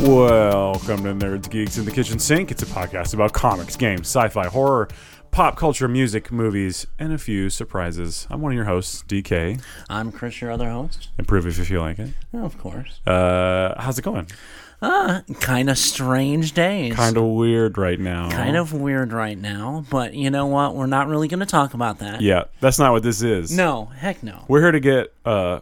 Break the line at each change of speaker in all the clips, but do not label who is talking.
Welcome to Nerds, Geeks, in the Kitchen Sink. It's a podcast about comics, games, sci fi, horror, pop culture, music, movies, and a few surprises. I'm one of your hosts, DK.
I'm Chris, your other host.
Improve if you feel like it.
Oh, of course.
Uh, how's it going?
Ah, kind of strange days.
Kind of weird right now.
Kind of weird right now, but you know what? We're not really going to talk about that.
Yeah, that's not what this is.
No, heck no.
We're here to get. Uh,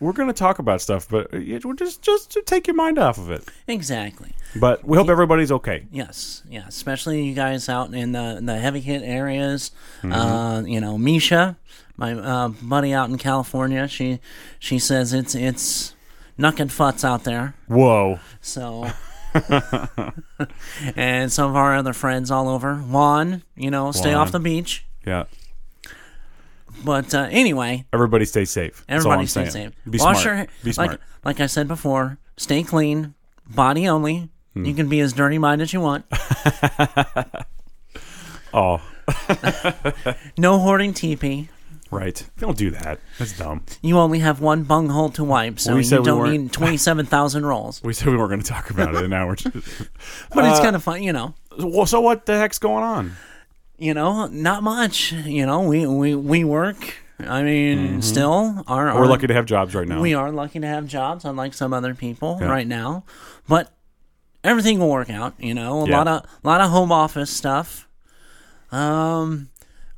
we're going to talk about stuff, but it- we're just just to take your mind off of it.
Exactly.
But we hope everybody's okay.
Yes, yeah. Especially you guys out in the the heavy hit areas. Uh, you know, Misha, my uh, buddy out in California. She she says it's it's knuckin' futz out there.
Whoa.
So. and some of our other friends all over. Juan, you know, stay
Juan.
off the beach.
Yeah.
But uh, anyway,
Everybody stay safe. That's all
Everybody
I'm
stay
saying.
safe.
Be
Wash
smart.
your
Be smart.
Like, like I said before, stay clean, body only.
Hmm.
You can be as dirty minded as you want.
oh.
No hoarding teepee.
Right. Don't do that. That's dumb.
You only have one bunghole to wipe, so
We said
you
we
don't
weren't-
need 27,000 rolls.
We said we weren't going to talk about it, and now we're just.
But
Uh,
it's kind of fun, you know.
Well, so what the heck's going on?
You know, not much. You know, we, we, we work. I mean, still, our,
Mm-hmm. We're
our-
lucky to have jobs right now.
we are lucky to have jobs, unlike some other people
Yeah.
right now. But everything will work out, you know. A
Yeah.
lot of lot of home office stuff. Um,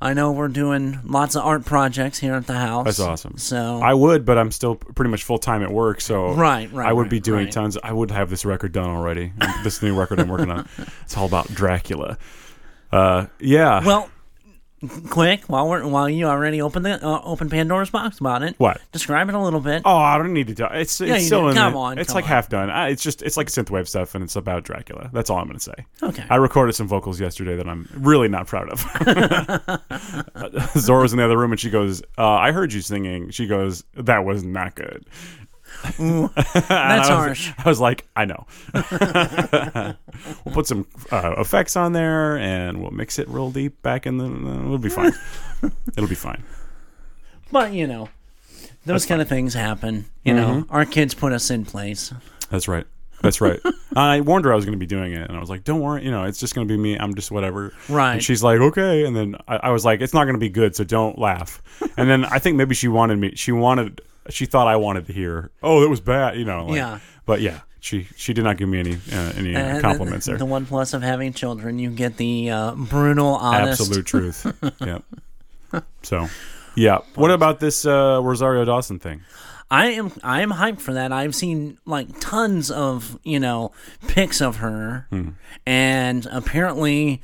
I know we're doing lots of art projects here at the house.
That's awesome.
So
I would, but I'm still pretty much full time at work, so
Right, right,
I would
right,
be doing
right.
tons. I would have this record done already. this new record I'm working on. It's all about Dracula. Uh, yeah.
well, quick while we're while you already opened the uh, open Pandora's box about it.
What?
Describe it a little bit.
oh, I don't need to. Talk. It's,
you
it's still
do.
in
Come
the-
on,
It's
come
like
on.
half done. I, it's just it's like synthwave stuff, and it's about Dracula. That's all I'm going to say.
okay.
I recorded some vocals yesterday that I'm really not proud of. Zora was in the other room and she goes, uh, I heard you singing. She goes, That was not good.
That's
I was,
harsh.
I was like, I know. we'll put some uh, effects on there and we'll mix it real deep back in the. it'll be fine. it'll be fine.
But you know, those kind of things happen. You know,
Mm-hmm.
our kids put us in place.
That's right. That's right. I warned her I was going to be doing it, and I was like, "Don't worry, you know, it's just going to be me. I'm just whatever."
Right.
And she's like, "Okay," and then I, I was like, "It's not going to be good, so don't laugh." and then I think maybe she wanted me. She wanted. She thought I wanted to hear. Oh, that was bad, you know. like-
Yeah.
But yeah, she she did not give me any uh, any uh,
And
compliments
the,
there.
The one plus of having children, you get the uh, brutal, honest.
Absolute truth. yep. So, yeah. What about this uh, Rosario Dawson thing?
I am I am hyped for that. I've seen like tons of you know pics of her,
Hmm.
and apparently,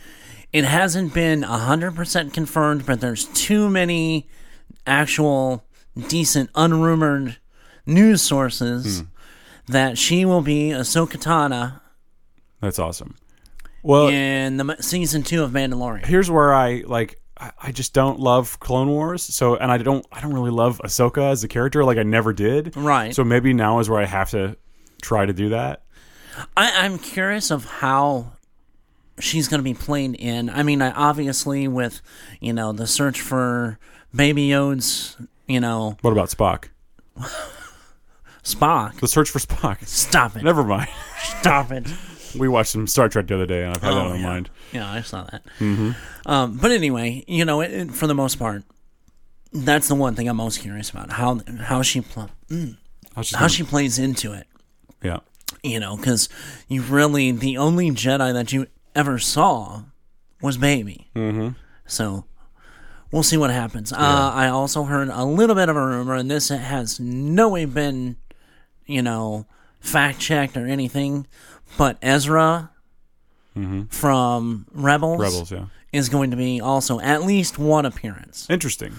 it hasn't been hundred percent confirmed, but there's too many actual decent unrumored news
Hmm.
sources that she will be Ahsoka Tana
That's awesome. Well,
in the ma- season two of Mandalorian.
here's where I like I, I just don't love Clone Wars. So and I don't I don't really love Ahsoka as a character like I never did.
Right.
So maybe now is where I have to try to do that.
I, I'm curious of how she's going to be played in. I mean, I, obviously, with you know the search for Baby Yoda's, you know
What about Spock?
Spock.
The search for Spock.
Stop it!
Never mind.
Stop it!
We watched some Star Trek the other day and I've had that
Oh,
on my
yeah.
mind. Mm-hmm.
Yeah, I saw that. Um, but anyway, you know, it, it- for the most part, that's the one thing I'm most curious about how how she pl-
I was just
how she plays into it.
yeah.
You know, because you really the only Jedi that you ever saw was Baby. Mm-hmm. So we'll see what happens. Uh, I also heard a little bit of a rumor, and this has no way been, you know, fact checked or anything. But Ezra from Mm-hmm. Rebels,
Rebels, yeah.
is going to be also at least one appearance.
Interesting.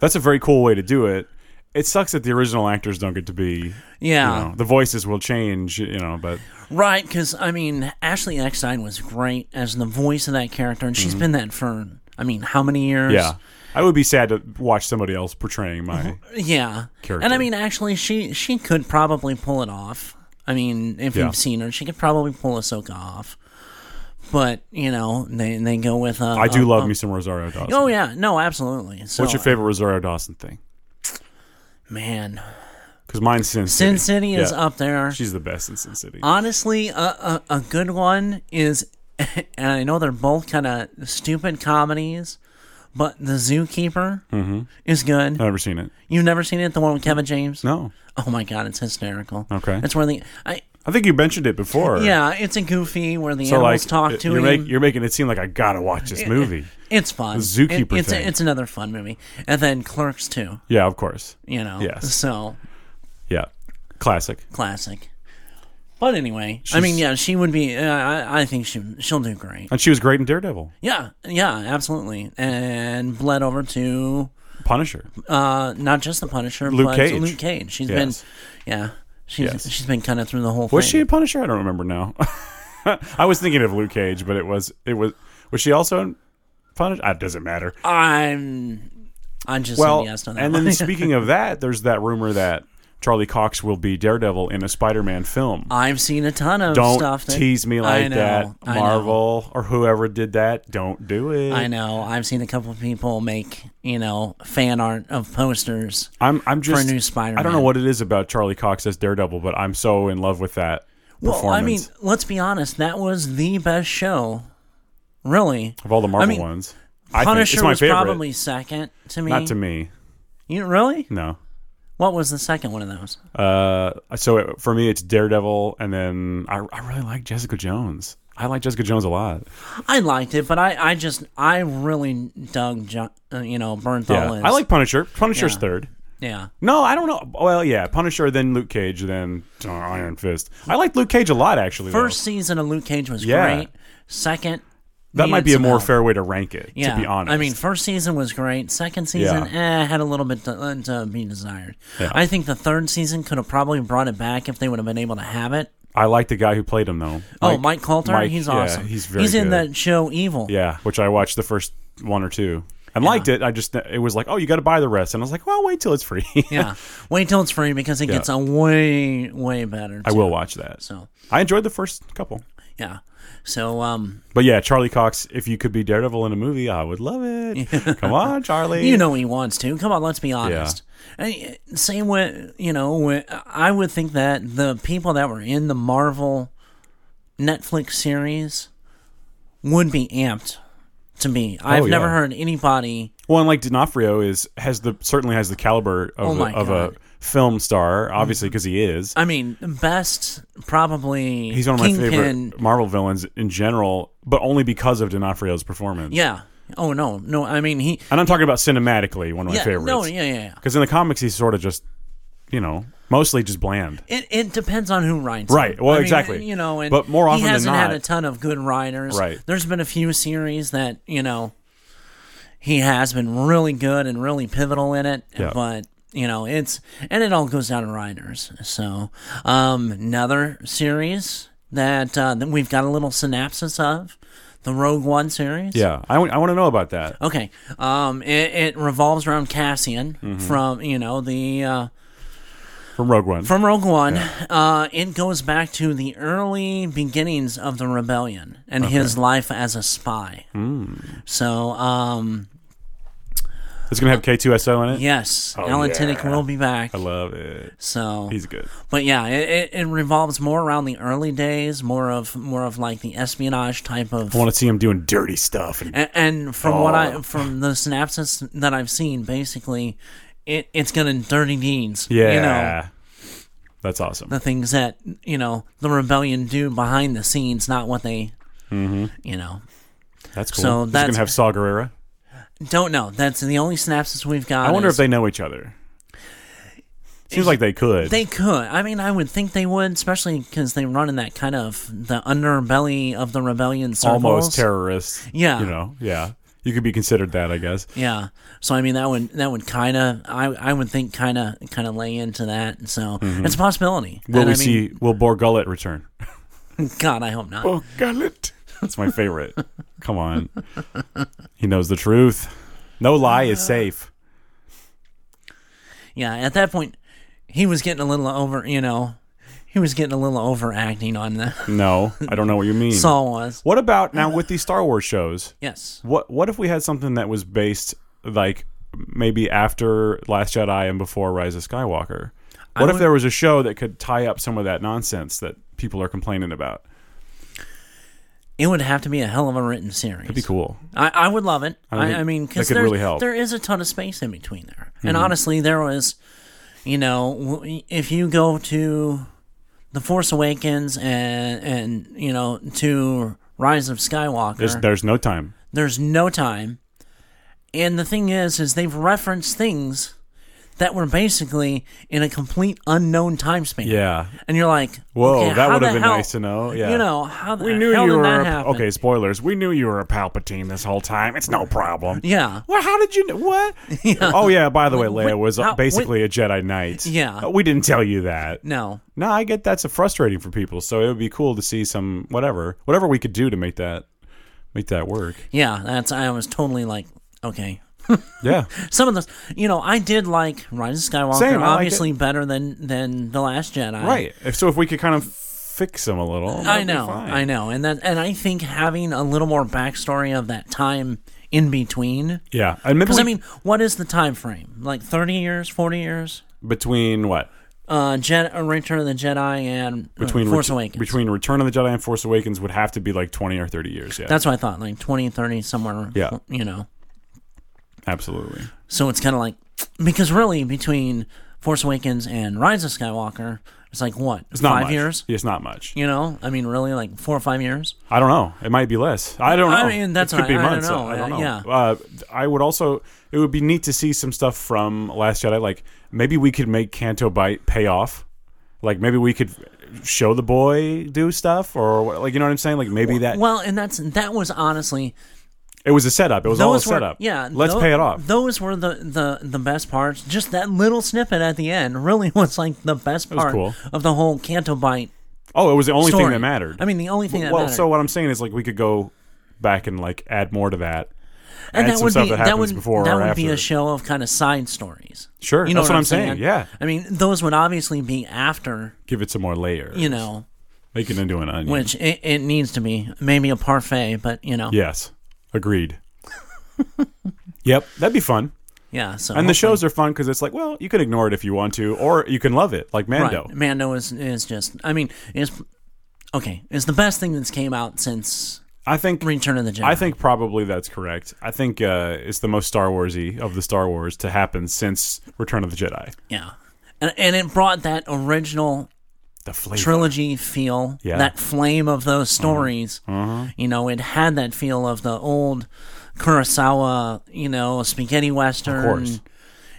That's a very cool way to do it. It sucks that the original actors don't get to be you
Yeah,
know, the voices will change, you know, but
Right, because I mean, Ashley Eckstein was great as the voice of that character, and she's been that for I mean, how many years?
Mm-hmm. yeah. I would be sad to watch somebody else portraying
Uh-huh.
my
yeah. And
Character.
I mean, actually, she she could probably pull it off. I mean, if
Yeah.
you've seen her, she could probably pull Ahsoka off. But you know, they they go with. Uh,
I do
uh,
love
uh,
me some Rosario Dawson.
Oh yeah, no, absolutely. So,
What's your favorite Rosario Dawson thing?
man?
because mine's Sin City.
Sin City Uh, is
Yeah.
up there.
She's the best in Sin City.
Honestly, a, a, a good one is, and I know they're both kind of stupid comedies, but The Zookeeper
Mm-hmm.
is good.
I've never seen it.
You've never seen it? The one with Kevin James?
No,
Oh my god, it's hysterical.
Okay.
It's where the I
I think you mentioned it before.
yeah, it's a goofy where the
So
animals
like,
talk to
you're,
him.
make- you're making it seem like I gotta watch this movie.
it's fun.
zookeeper
It- it's
thing.
it's another fun movie. And then Clerks too,
Yeah, of course.
you know.
Yes.
So
Yeah, classic.
classic. But anyway, I mean, yeah, she would be. Uh, I, I think she she'll do great.
And she was great in Daredevil,
Yeah, yeah, absolutely. And bled over to
Punisher.
uh, not just the Punisher,
Luke
but
Cage.
Luke Cage. She's
Yes.
been, yeah, she's
Yes.
she's been kind of through the whole.
Was she
thing.
in Punisher? I don't remember now. I was thinking of Luke Cage, but it was it was was she also in Punisher? Ah, It doesn't matter.
I'm. I just
Well,
said yes on that
and
one.
then speaking of that, there's that rumor that Charlie Cox will be Daredevil in a Spider-Man film.
I've seen a ton of
don't
stuff. That,
tease me like
I know,
that,
I know,
Marvel or whoever did that. Don't do it.
I know. I've seen a couple of people make you know fan art of posters.
I'm I'm just
new Spider-Man.
I don't know what it is about Charlie Cox as Daredevil, but I'm so in love with that
Well,
performance
I mean, let's be honest. That was the best show, really.
of all the Marvel
I mean,
ones. I think
Punisher
it's my
was
favorite.
probably second to me.
Not to me,
You really?
no.
What was the second one of those?
Uh, so it, for me, it's Daredevil, and then I, I really like Jessica Jones. I like Jessica Jones a lot.
I liked it, but I, I just I really dug jo- uh, you know Burnthal.
Yeah,
is-
I like Punisher. Punisher's
Yeah.
third.
yeah.
No, I don't know. Well, yeah, Punisher, then Luke Cage, then uh, Iron Fist. I liked Luke Cage a lot, actually. though.
First season of Luke Cage was
Yeah.
great. Second,
that might
needed
be a
some
more
help.
fair way to rank it.
Yeah,
to be honest,
I mean, first season was great. Second season, eh, had a little bit to, uh, to be desired. I think the third season could have probably brought it back if they would have been able to have it.
I like the guy who played him though.
oh, Mike Coulter,
Mike,
he's
yeah,
awesome.
he's very
in
good.
that show Evil.
Yeah, which I watched the first one or two and liked it. I just it was like, oh, you got to buy the rest, and I was like, well, wait till it's free.
Yeah. wait till it's free because it gets a way way better.
I will watch that.
So
I enjoyed the first couple.
yeah, so um,
But yeah, Charlie Cox, if you could be Daredevil in a movie, I would love it. Come on, Charlie.
You know he wants to. Come on, let's be honest. I- same with you know, with, I would think that the people that were in the Marvel Netflix series would be amped to me. I've
Oh, yeah.
never heard anybody.
Well, and like D'Onofrio is has the certainly has the caliber of,
Oh
a,
my
of a
God. Mm-hmm. Uh,
film star, obviously because he is.
I mean, best probably.
He's one of my
Kingpin.
favorite Marvel villains in general, but only because of D'Onofrio's performance.
Yeah. Oh no, no. I mean he.
And I'm talking about cinematically, one of my
Yeah,
favorites.
no, yeah, yeah, yeah.
Because in the comics, he's sort of just, you know, mostly just bland.
It, it depends on who writes.
Right.
It.
Well,
I mean,
exactly.
you know, and
But more often
he
than
hasn't
not-
had a ton of good writers.
Right.
There's been a few series that you know he has been really good and really pivotal in it.
Yeah.
But you know, it's and it all goes down to writers. So um, another series that uh, that we've got a little synopsis of the Rogue One series.
Yeah, I want to know about that.
Okay. Um, it, it revolves around Cassian
Mm-hmm.
from you know the. Uh,
From Rogue One.
from Rogue One, uh, it goes back to the early beginnings of the rebellion and his life as a spy.
Hmm.
So, um,
it's going to have K2SO in it.
yes, Alan
Oh, yeah.
Tiddick will be back.
I love it.
So,
He's good.
but yeah, it, it, it revolves more around the early days, more of more of like the espionage type of.
I want to see him doing dirty stuff. And,
And, and from what
Oh.
I from the synopsis that I've seen, basically, it, it's gonna dirty deeds.
yeah.
you know,
That's awesome.
the things that you know the rebellion do behind the scenes, not what they,
Mm-hmm.
you know,
That's cool.
so
He's going
that's-
to have Saw Gerrera.
don't know. That's the only synapses we've got.
I wonder if
is-
they know each other. Seems like they could.
they could. I mean, I would think they would, especially because they run in that kind of the underbelly of the rebellion circles.
Almost terrorists.
Yeah.
You know, yeah. You could be considered that, I guess.
Yeah. So I mean, that would that would kind of I I would think kind of kind of lay into that. And so it's a possibility.
Mm-hmm. Will
And
we
I mean,
see, will Borgullet return?
God, I hope not.
Borgullet. That's my favorite. Come on. He knows the truth. No lie is safe.
Yeah. At that point, he was getting a little over. You know, he was getting a little overacting on the
No, I don't know what you mean.
Saul was.
What about now with these Star Wars shows?
Yes.
What what if we had something that was based like maybe after Last Jedi and before Rise of Skywalker?
I
What if
would-
there was a show that could tie up some of that nonsense that people are complaining about?
It would have to be a hell of a written series.
It'd be cool.
I, I would love it.
don't
I,
think
I mean,
that
because
could
there,
really help. Mm-hmm.
there is a ton of space in between there. And honestly, there was, you know, w- if you go to The Force Awakens and, and you know, to Rise of Skywalker,
There's there's no time.
there's no time. And the thing is, is they've referenced things that were basically in a complete unknown time span.
Yeah.
And you're like,
Whoa,
okay,
that
how
would have
the
been
hell-
nice to know. Yeah.
You know, how the
we knew
hell
you
did
were
that
a,
happen?
okay. Spoilers. We knew you were a Palpatine this whole time. It's no problem.
Yeah.
Well, how did you know? What? Oh yeah. By the way, Leia was
how-
basically a Jedi Knight.
Yeah.
Uh, We didn't tell you that.
No.
No, I get that's frustrating for people. So it would be cool to see some whatever, whatever we could do to make that make that work.
Yeah, that's I was totally like, okay.
Yeah.
Some of those, you know, I did like Rise of Skywalker,
Same, I like
obviously better than than the Last Jedi.
Right. If, so if we could kind of fix them a little,
I know, I know, and that, and I think having a little more backstory of that time in between,
Yeah, and maybe
because I
we-
mean, what is the time frame? Like thirty years, forty years?
between what
Uh, Jedi, uh, Return of the Jedi and uh,
between
Force
Ret-
Awakens.
between Return of the Jedi and Force Awakens would have to be like twenty or thirty years. Yeah,
That's what I thought, like 20, 30, somewhere.
Yeah.
you know.
absolutely.
So it's kind of like because really between Force Awakens and Rise of Skywalker, it's like what
It's not
five
much.
years?
Yeah, it's not much.
You know, I mean, really like four or five years.
I don't know. It might be less. I don't know.
I mean, that's
it could
what I-
be
I don't
months.
know.
I don't know.
Uh, yeah.
Uh, I would also. It would be neat to see some stuff from Last Jedi. Like maybe we could make Canto Bite pay off. Like maybe we could show the boy do stuff or what- like you know what I'm saying. Like maybe that
Well, and that's that was honestly
it was a setup. It was all a
those were
setup.
yeah.
Let's
tho-
pay it off.
Those were the the the best parts. Just that little snippet at the end really was like the best
was
part
cool.
of the whole Canto Bite
Oh, it was the only
story.
thing that mattered.
I mean, the only thing that
well,
mattered.
so what I'm saying is like we could go back and like add more to that.
and
add
that
some
would
stuff
be
that
that
happens
would
before
that
or
would be
after.
a show of kind of side stories.
Sure,
You know
that's
what,
I'm saying. Yeah,
I mean, those would obviously be after
give it some more layers.
you know
make it into an onion.
which it, it needs to be maybe a parfait but you know yeah,
Yes, agreed. yep, that'd be fun.
so
And the shows are fun because it's like, well, you can ignore it if you want to, or you can love it, like Mando.
right. mando is is just i mean is okay it's the best thing that's came out since
I think.
return of the jedi
I think probably that's correct. I think uh, it's the most Star Warsy of the Star Wars to happen since Return of the Jedi.
yeah and, and it brought that original
The flavor.
trilogy feel
Yeah. Uh-huh.
that flame of those stories you know it had that feel of the old kurosawa you know spaghetti western
course.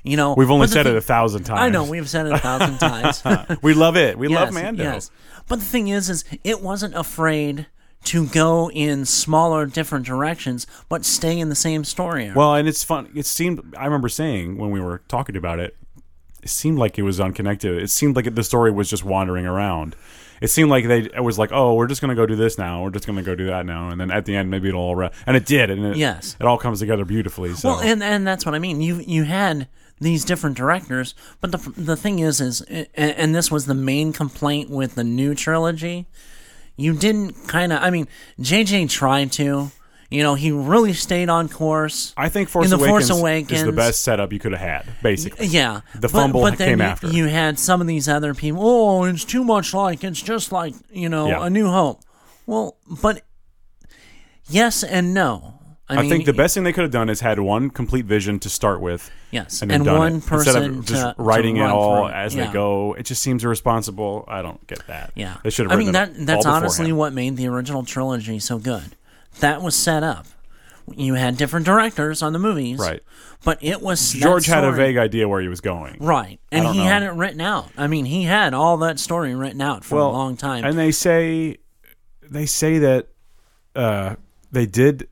you know
We've only
but the
said
thing-
it a thousand times.
I know we've said it a thousand times.
we love it. We love
Yes,
Mando.
yes. But the thing is, is it wasn't afraid to go in smaller, different directions, but stay in the same story.
Well, and it's fun. It seemed. I remember saying when we were talking about it, it seemed like it was unconnected. It seemed like it, the story was just wandering around. It seemed like they. It was like, oh, we're just gonna go do this now. We're just gonna go do that now, and then at the end, maybe it'll all. Re- and it did. And it,
Yes.
it all comes together beautifully. So
Well, and and that's what I mean. You you had these different directors, but the the thing is, is and, and this was the main complaint with the new trilogy. You didn't kind of. I mean, JJ tried to. You know, he really stayed on course.
I think Force,
in the
Awakens
Force Awakens
is the best setup you could have had. Basically,
Yeah,
The fumble
but, but then
came
you,
after.
You had some of these other people. Oh, it's too much like it's just like you know
Yeah.
a new hope. Well, but yes and no. I,
I
mean,
think the best thing they could have done is had one complete vision to start with.
Yes,
And,
and,
then done
one
it.
person
instead of just
to,
writing
to
it
run
all
through
as
yeah.
they go, it just seems irresponsible. I don't get that.
Yeah,
they should have.
I
written
mean,
it
that
all
that's honestly
beforehand.
what made the original trilogy so good. That was set up. You had different directors on the movies,
Right.
But it was that
George had a
story-
vague idea where he was going.
Right, and
don't
he
know.
had it written out. I mean, he had all that story written out for a long time.
And they say, they say that uh, they did.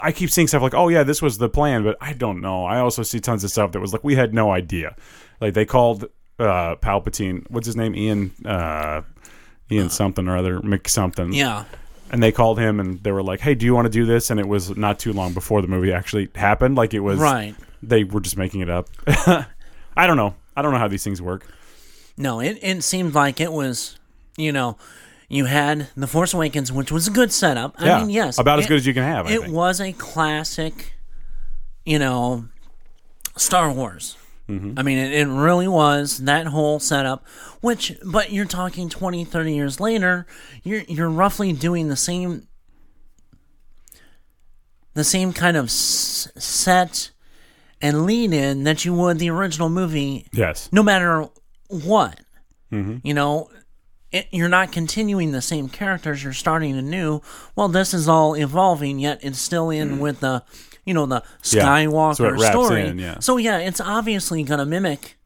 I keep seeing stuff like, "Oh yeah, this was the plan," but I don't know. I also see tons of stuff that was like, "We had no idea." Like they called uh, Palpatine, what's his name, Ian, uh, Ian something or other, Mc something.
yeah,
And they called him, and they were like, "Hey, do you want to do this?" And it was not too long before the movie actually happened. Like it was
right.
They were just making it up. I don't know. I don't know how these things work.
No, it, it seemed like it was, you know, you had The Force Awakens, which was a good setup. I
yeah.
mean, yes.
About
it,
as good as you can have. I
It
think.
was a classic, you know, Star Wars
Mm-hmm.
I mean, it, it really was that whole setup, which, but you're talking 20, 30 years later, you're, you're roughly doing the same, the same kind of s- set and lead in that you would the original movie
Yes.
no matter what.
Mm-hmm.
You know, it, you're not continuing the same characters. You're starting anew. Well, this is all evolving, yet it's still in with the, you know, the
Mm. Yeah.
Skywalker
So it wraps
story.
in, yeah.
So yeah, it's obviously going to mimic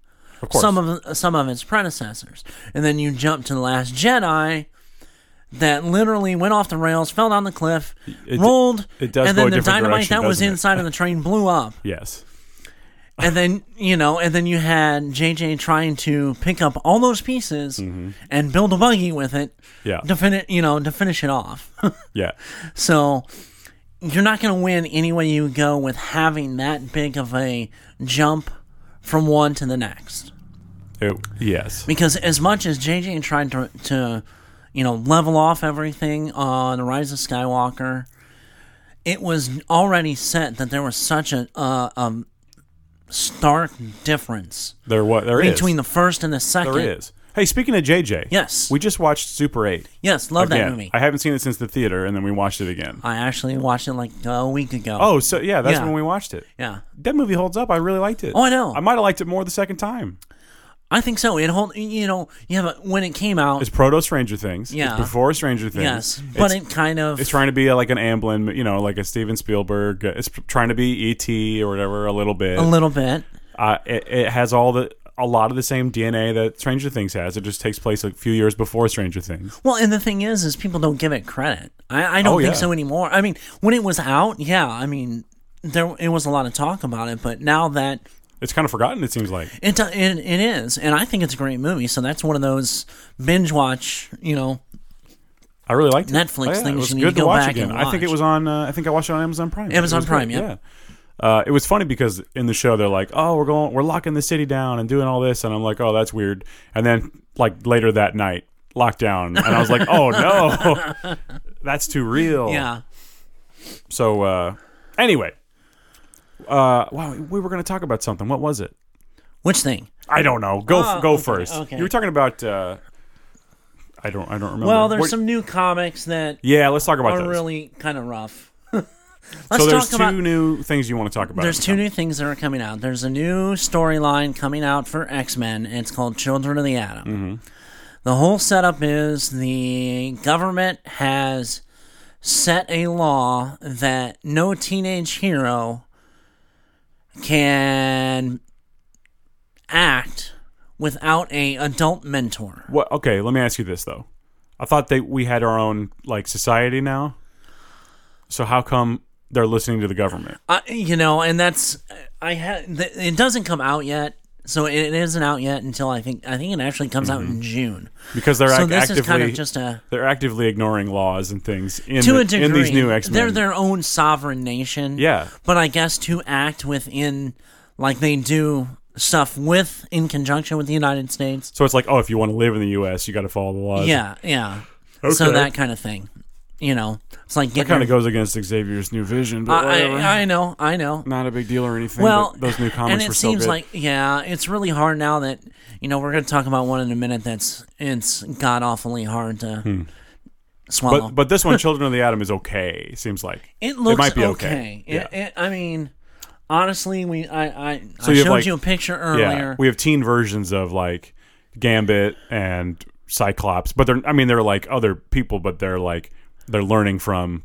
Of course.
some of some of its predecessors. And then you jump to the Last Jedi. That literally went off the rails, fell down the cliff,
It-
rolled,
it does
and
go a
then the
different
dynamite
direction,
that was
doesn't it?
inside of the train blew up
yes.
and then you know, and then you had JJ trying to pick up all those pieces and build a buggy with it
Yeah.
to finish, you know, to finish it off.
Yeah.
so you're not going to win any way you go with having that big of a jump from one to the next.
It- yes.
Because as much as JJ tried to, to you know, level off everything on Rise of Skywalker, it was already set that there was such a uh, um, stark difference
There what there is
between the first and the second.
there is. Hey, speaking of JJ.
Yes.
We just watched Super 8.
Yes, love that
Again,
movie. I,
I haven't seen it since the theater and then we watched it again.
actually watched it like a week ago.
Oh, so yeah, that's
Yeah.
when we watched it.
yeah,
That movie holds up. I really liked it.
Oh, I know.
I might have liked it more the second time.
I think so. It hold you know you have a, when it came out.
It's proto Stranger Things.
Yeah.
It's before Stranger Things.
yes,
It's-
but it kind of
It's trying to be uh, like an Amblin, you know, like a Steven Spielberg. It's trying to be ET or whatever a little bit.
a little bit.
Uh, it, it has all the a lot of the same DNA that Stranger Things has. It just takes place a few years before Stranger Things.
Well, and the thing is, is people don't give it credit. I, I don't
Oh,
think
yeah.
so anymore. I mean, when it was out, yeah, I mean, there it was a lot of talk about it, but now that
It's kind of forgotten. It seems like
it do- it, it is, and I think it's a great movie. So that's one of those binge watch, you know,
I really liked it.
Netflix
Oh, yeah,
things
It was
you need
good
to go
watch
back
again.
and
I think it
watch.
was on. Uh, I think I watched it on Amazon Prime. It
Amazon
was
Prime,
great,
yeah.
Uh, it was funny because in the show they're like, "Oh, we're going, we're locking the city down and doing all this," and I'm like, "Oh, that's weird." And then like later that night, lockdown, and I was like, "Oh no, that's too real."
yeah.
So uh, anyway, uh, wow, we were going to talk about something. What was it?
Which thing?
I don't know. Go
Oh,
f go
okay,
first.
okay.
You were talking about. Uh, I don't. I don't remember.
Well, there's
Oh, What-
some new comics that
Yeah, let's talk about
are
those.
really kind of rough. Let's
so there's
talk
two
about.
new things you want to talk about.
There's two new things that are coming out. There's a new storyline coming out for X Men. It's called Children of the Atom. The whole setup is the government has set a law that no teenage hero can act without a adult mentor.
What? Okay, let me ask you this though. I thought that we had our own like society now. So how come they're listening to the government?
I, you know, and that's I had. th- It doesn't come out yet, so it, it isn't out yet until I think I think it actually comes out in June.
Because they're
So
ac-
this
Mm-hmm. actively
is kind of just a
they're actively ignoring laws and things in
to
the-
a degree.
in these new X
They're
Men.
their own sovereign nation.
Yeah.
but I guess to act within like they do stuff with in conjunction with the United States.
So it's like, oh, if you want to live in the U.S., you got to follow the laws.
Yeah, yeah.
Okay.
So that kind of thing. You know, it's like getting.
kind
your-
of goes against Xavier's new vision, but
I,
whatever.
I I know, I know.
Not a big deal or anything.
Well,
but those new comics
and it
were so
seems
good.
like yeah, it's really hard now that you know we're going to talk about one in a minute. That's it's god awfully hard to swallow.
Hmm. but but this one, Children of the Atom, is okay. Seems like
oh. it looks
might be okay.
okay. It-
Yeah.
it- I mean, honestly, we I I,
So
I
you have,
showed
like-
you a picture
yeah.
earlier.
We have teen versions of like Gambit and Cyclops, but they're I mean they're like other people, but they're like they're learning from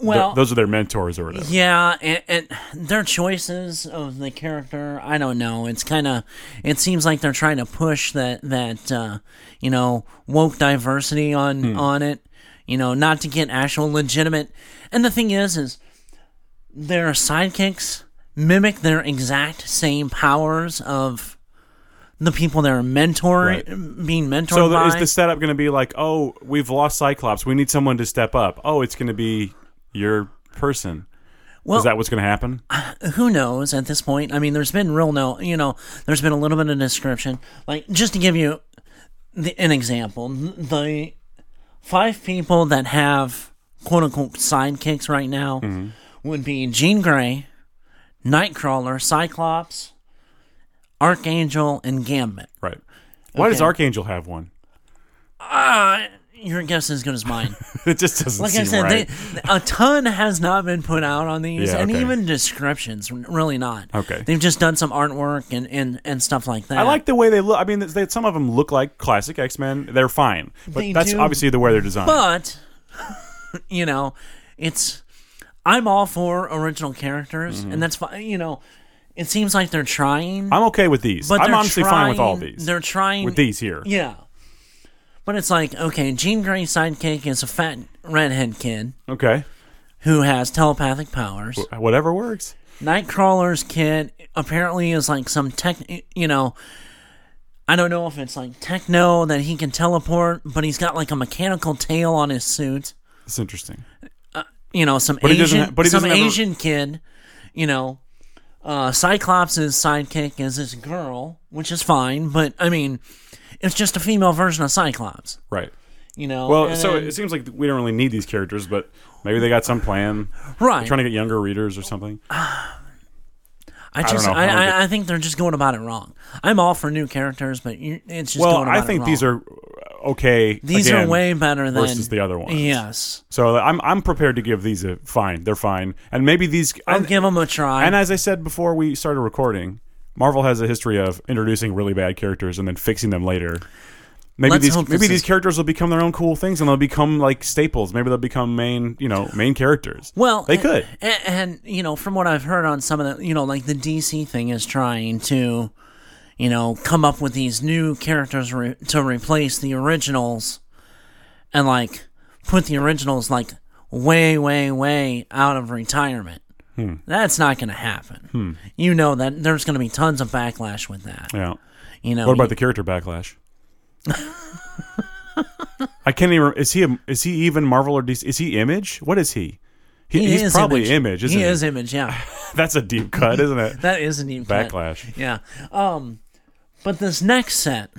th-
well,
those are their mentors or whatever.
yeah, and, and their choices of the character, I don't know. It's kind of it seems like they're trying to push that that uh, you know woke diversity on
Hmm.
on it. You know, not to get actual legitimate. And the thing is, is their sidekicks mimic their exact same powers of the people they're mentoring, being mentored
So th-
by.
is the setup going to be like, oh, we've lost Cyclops, we need someone to step up. Oh, it's going to be your person.
Well-
is that what's going to happen?
who knows at this point? I mean, there's been real no, you know, there's been a little bit of description. Like just to give you the, an example, the five people that have quote unquote sidekicks right now would be Jean Grey, Nightcrawler, Cyclops, Archangel, and Gambit.
Right. Why does
Okay.
Archangel have one?
Ah, your guess is as good as mine.
It just doesn't
Like
seem
I said,
right.
they, a ton has not been put out on these,
Yeah,
and
okay.
even descriptions, really not.
Okay.
They've just done some artwork and, and, and stuff like that.
I like the way they look. I mean, they, some of them look like classic X Men. They're fine, but
They
that's
do.
obviously the way they're designed.
But you know, it's I'm all for original characters,
Mm-hmm.
and that's fine. You know, it seems like they're trying,
I'm okay with these.
but
I'm
they're
honestly fine with all
trying-
these.
They're trying
With these here,
yeah. But it's like okay, Jean Grey's sidekick is a fat redhead kid
okay, Uh,
who has telepathic powers.
whatever works.
Nightcrawler's kid apparently is like some tech, you know. I don't know if it's like techno that he can teleport, but he's got like a mechanical tail on his suit.
It's interesting.
you know, some
he doesn't
Asian,
ha- but he
some
doesn't have a-
Asian kid, you know, uh, Cyclops' sidekick is this girl, which is fine, but I mean, it's just a female version of Cyclops,
Right.
you know.
Well,
and
so
then-
it seems like we don't really need these characters, but maybe they got some plan.
right,
Trying to get younger readers or something.
I just,
know
I,
how
I,
to-
I, think they're just going about it wrong. I'm all for new characters, but you, it's just
Well,
going about
I
it
think these
wrong.
are uh, okay.
these
again,
are way better than
versus the other ones.
Yes,
So I'm I'm prepared to give these a fine. They're fine, and maybe these.
I'll
And,
give them a try.
and as I said before we started recording, Marvel has a history of introducing really bad characters and then fixing them later. Maybe
Let's hope
these maybe
this
these
is-
characters will become their own cool things, and they'll become like staples. Maybe they'll become main you know main characters.
Well,
they
and-
could.
and, and, you know, from what I've heard on some of the, you know, like the DC thing is trying to, you know, come up with these new characters re- to replace the originals, and like put the originals like way, way, way out of retirement.
Hmm.
That's not going to happen. You know that there's going to be tons of backlash with that.
Yeah.
You know,
What about the character backlash? I can't even. Is he a, is he even Marvel or DC? Is he Image? What is he? He-
He
he's
is
probably Image, isn't
he
he?
is image. Yeah,
That's a deep cut, isn't it?
that is an even cut.
Backlash.
Yeah. Um, but this next set,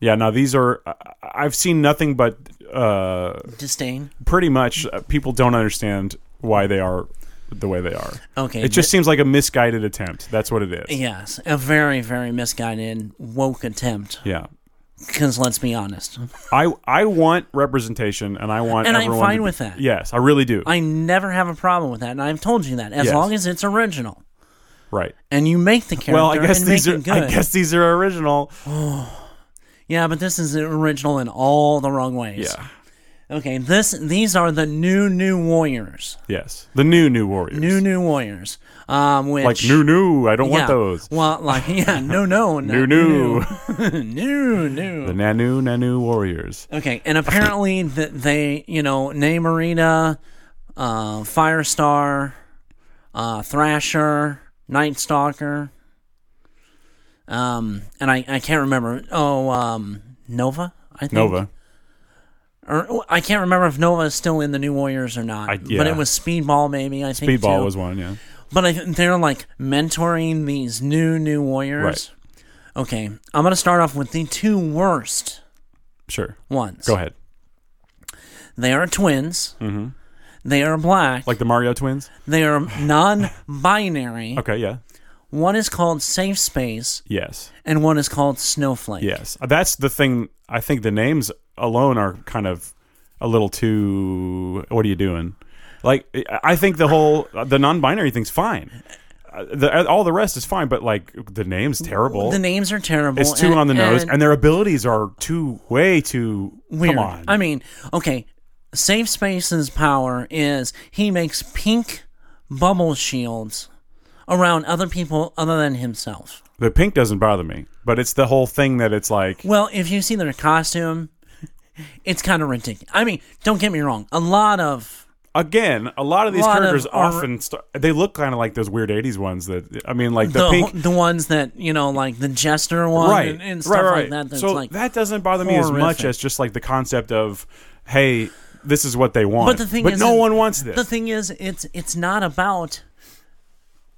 Yeah. Now these are. I- I've seen nothing but uh,
disdain.
pretty much uh, people don't understand why they are the way they are.
Oh, Okay,
It just seems like a misguided attempt. That's what it is.
Yes, a very, very misguided woke attempt.
Yeah.
Because let's be honest,
I I want representation, and I want
And I'm
everyone.
fine
to be-
with that.
Yes, I really do.
I never have a problem with that, and I've told you that as
Yes.
long as it's original
right.
and you make the character.
Well, I guess
and
these
make
are.
it
I
good.
guess these are original.
Yeah, but this is original in all the wrong ways.
Yeah.
Okay, this these are the new new warriors,
Yes. The new New Warriors.
new new warriors. Um, which
like new new. I don't
yeah,
want those.
Well, like yeah, no, no,
New
no,
new.
new, new.
the Nanu Nanu Warriors.
Okay, and apparently that they, you know, Namorita, uh, Firestar, uh, Thrasher, Night Stalker, um, and I, I can't remember. Oh, um, Nova, I think.
Nova.
Or, oh, I can't remember if Nova is still in the New Warriors or not.
I-
But
yeah.
it was Speedball, maybe. I think
Speedball
too.
was one. Yeah.
But I, th- they're like mentoring these new New Warriors. Okay, I'm gonna start off with the two worst
Sure.
ones.
Go ahead.
They are twins. They are black.
Mm-hmm. Like the Mario twins.
they are non-binary.
Okay. Yeah.
One is called Safe Space,
Yes.
and one is called Snowflake.
Yes, that's the thing. I think the names alone are kind of a little too. What are you doing? Like, I- I think the whole the non-binary thing's fine. Uh, The, all the rest is fine, but like the name's terrible.
The names are terrible.
it's too
and-
on the nose,
and
and their abilities are too way too.
weird.
Come on,
I mean, okay. Safe Space's power is he makes pink bubble shields around other people other than himself.
the pink doesn't bother me, but it's the whole thing that it's like.
Well, if you see their costume, it's kind of ridiculous. I mean, don't get me wrong. A lot of
Again, a lot of these
Lot of
characters
are-
often start, they look kind of like those weird '80s ones that I mean, like the,
the
pink
the ones that you know, like the jester one, and, and stuff like that. That's
so
like,
that doesn't bother me as much
horrific.
as just like the concept of, hey, this is what they want.
but the thing is,
no
is-
one wants this.
The thing is, it's it's not about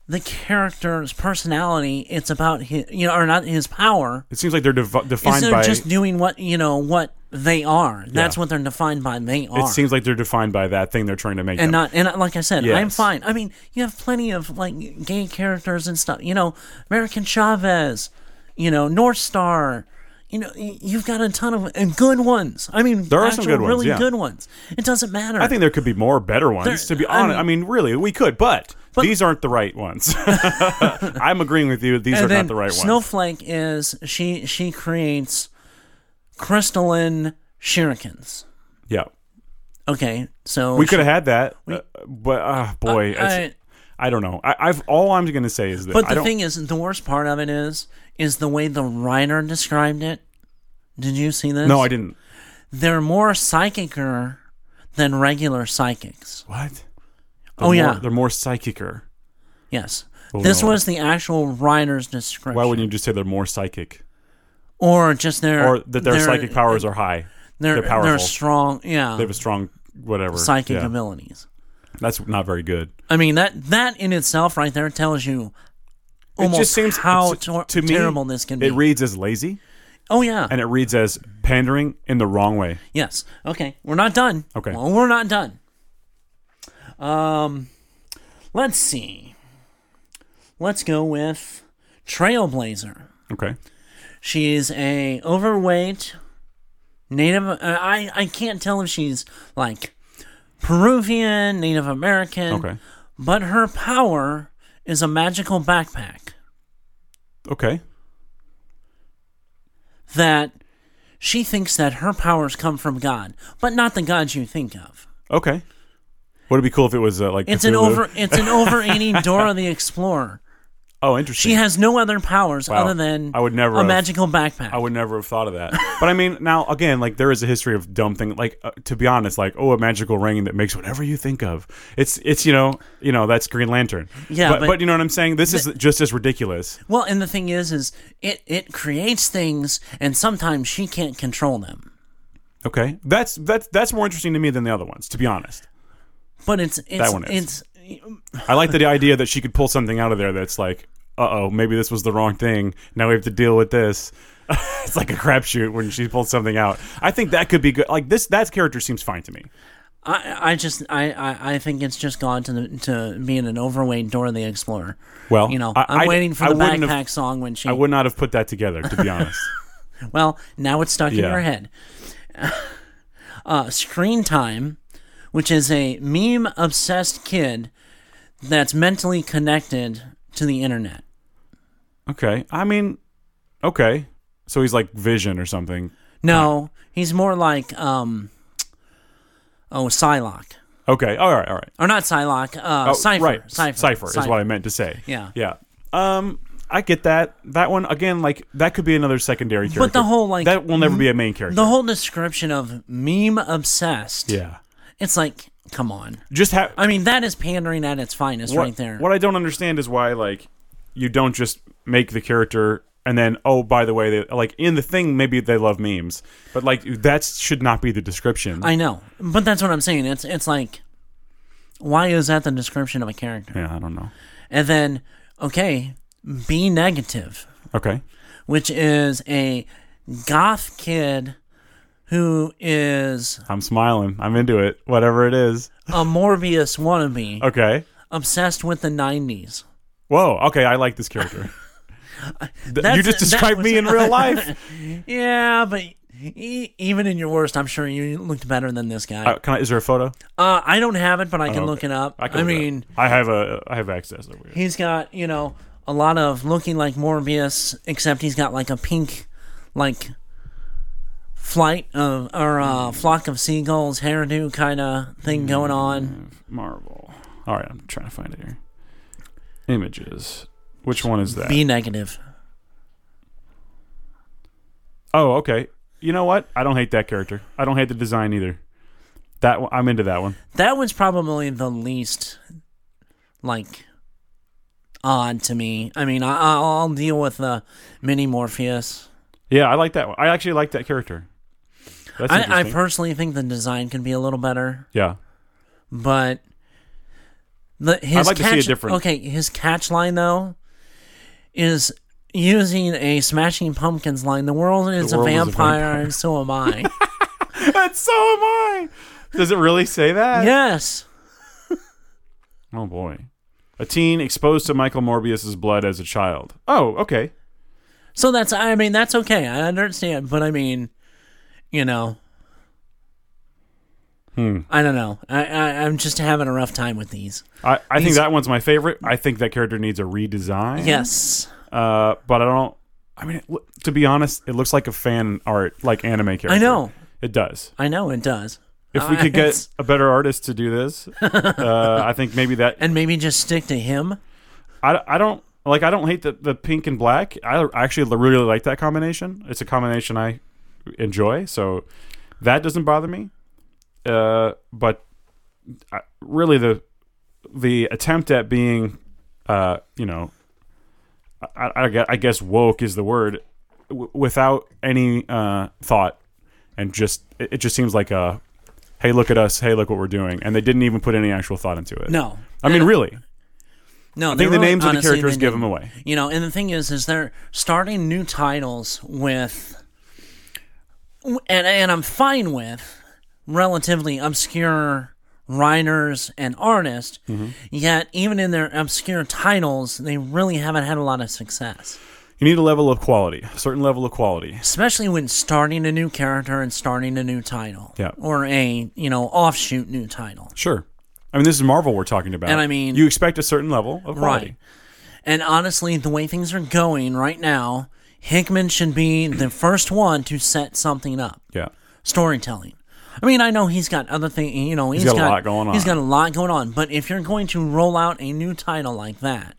the character's personality. It's about his, you know, or not his power.
it seems like they're dev- defined
Instead
by
of just doing what you know what they are. That's what they're defined by. They are.
It seems like they're defined by that thing they're trying to make.
and
them.
not and uh, like I said, I'm
Yes.
fine. I mean, you have plenty of like gay characters and stuff. You know, American Chavez, you know, North Star. You know, y- you've got a ton of and good ones. I mean,
There are some
actual
good ones,
really
yeah.
good ones. It doesn't matter.
I think there could be more better ones. To
There-
be
I
honest, I mean, really, we could, but,
But-
these aren't the right ones. I'm agreeing with you. These
and
are
then
not the right ones.
Snowflake is she she creates crystalline shurikens.
Yeah,
Okay, so
we could have had that, uh, but ah, boy,
I-
it's- I don't know. I, I've all I'm going to say is that.
But
I
the
don't,
thing is, the worst part of it is, is the way the writer described it. Did you see this?
no, I didn't.
They're more psychicer than regular psychics.
What?
oh
They're
yeah,
more- they're more psychicer.
yes.
Oh,
this
no.
was the actual writer's description,
Why wouldn't you just say they're more psychic,
or just their
or that their psychic powers are high?
They're,
they're powerful.
They're strong. Yeah,
They have a strong whatever
psychic
Yeah.
abilities.
That's not very good.
I mean that that in itself, right there, tells you almost
it just seems
how
it's-
tor-
to me,
terrible this can be.
It reads as lazy
oh yeah,
and it reads as pandering in the wrong way.
Yes. Okay. We're not done.
Okay.
Well, we're not done. Um, let's see. Let's go with Trailblazer.
Okay.
She's a overweight Native. Uh, I I can't tell if she's like Peruvian, Native American.
Okay.
But her power is a magical backpack
Okay.
that she thinks that her powers come from God, but not the gods you think of.
Okay. Would it be cool if it was uh, like
It's an
Cthulhu?
over. It's an overeating Dora the Explorer.
Oh, interesting.
She has no other powers
Wow.
other than
I would never
a
have-
magical backpack.
I would never have thought of that. But I mean, now again, like there is a history of dumb thing. Like uh, to be honest, like oh, a magical ring that makes whatever you think of. It's it's you know you know that's Green Lantern.
Yeah,
but,
but-
you know what I'm saying. This is just as ridiculous.
well, and the thing is, is it it creates things, and sometimes she can't control them.
Okay, that's that's that's more interesting to me than the other ones. To be honest,
But it's it's
one is.
it's
I like the idea that she could pull something out of there that's like, uh oh, maybe this was the wrong thing. Now we have to deal with this. it's like a crapshoot when she pulls something out. I think that could be good. Like this, that character seems fine to me.
I I just I, I I think it's just gone to the, to being an overweight Dora the Explorer.
Well,
You know,
I-
am
I-
waiting for
I
the
wouldn't
backpack
have-
song when she.
I would not have put that together, to be honest.
Well, now it's stuck
Yeah.
in your head. uh, screen time, which is a meme obsessed kid that's mentally connected to the internet.
okay, I mean, okay, so he's like Vision or something.
No, he's more like um, oh Psylocke
Okay, all right, all right.
or not Psylocke. Uh,
Oh,
Cipher,
right.
Cipher.
Cypher is what I meant to say.
Yeah.
Yeah. Um, I get that. That one again, like that could be another secondary character.
But the whole, like,
that will never be a main character.
The whole description of meme obsessed.
yeah.
It's like, come on.
Just have
I mean, that is pandering at its finest,
what,
right there.
What I don't understand is why like you don't just make the character and then oh by the way they like in the thing maybe they love memes but like that should not be the description.
I know, but that's what I'm saying. It's it's like, why is that the description of a character?
yeah, I don't know.
And then, okay, be negative,
Okay.
which is a goth kid who is
I'm smiling. I'm into it. Whatever it is.
a Morbius wannabe,
Okay.
obsessed with the '90s.
Whoa. Okay, I like this character.
That's-
you just
that
described me
was-
in real life.
Yeah, but e- even in your worst, I'm sure you looked better than this guy.
Uh, can I, is there a photo?
Uh, I don't have it, but I can
okay.
look it up. I,
can look it up.
mean,
I have a I have access over here.
he's got you know a lot of looking like Morbius, except he's got like a pink, like flight of or uh, flock of seagulls hairdo kind of thing going on.
Marvel. All right, I'm trying to find it here. Images. Which one is that?
Be negative.
oh, okay. You know what? I don't hate that character. I don't hate the design either. That one, I'm into that one.
That was probably the least like odd to me. I mean, I, I'll I'll deal with the mini Morpheus.
Yeah, I like that one. I actually like that character. That's
I, I
interesting.
personally think the design can be a little better.
yeah.
but the, his
like to see
catch,
a different-
Okay, his catch line though is using a Smashing Pumpkins line. The world is,
world
a,
is a
vampire,
vampire."
and so am I.
and so am I. Does it really say that?
Yes.
Oh boy. A teen exposed to Michael Morbius's blood as a child. Oh, okay.
So that's I mean that's okay. I understand, but I mean, you know,
Hmm.
I don't know. I, I I'm just having a rough time with these.
I, I think that one's my favorite. I think that character needs a redesign.
Yes.
Uh, but I don't. I mean, it, loo- to be honest, it looks like a fan art, like anime character.
I know.
It does.
I know it does.
If we could get
It's-
a better artist to do this, uh, I think maybe that.
and maybe just stick to him.
I, I don't like. I don't hate the, the pink and black. I actually l- really like that combination. It's a combination I enjoy, so that doesn't bother me. Uh, but I, really, the the attempt at being, uh, you know, I, I, gue- I guess woke is the word, w- without any uh, thought, and just it, it just seems like a. Hey, look at us! Hey, look what we're doing! And they didn't even put any actual thought into it.
No. uh,
I mean, really,
No,
I think the names of the characters give them away.
You know, and the thing is, is they're starting new titles with, and and I'm fine with relatively obscure writers and artists.
Mm-hmm.
Yet, even in their obscure titles, they really haven't had a lot of success.
You need a level of quality, a certain level of quality.
especially when starting a new character and starting a new title
Yeah.
or a you know offshoot new title
Sure. I mean, this is Marvel we're talking about.
And I mean-
you expect a certain level of quality.
right and honestly the way things are going right now hickman should be the first one to set something up
Yeah.
storytelling i mean i know he's got other things you know he's
got a lot going on.
he's got a lot going on but if you're going to roll out a new title like that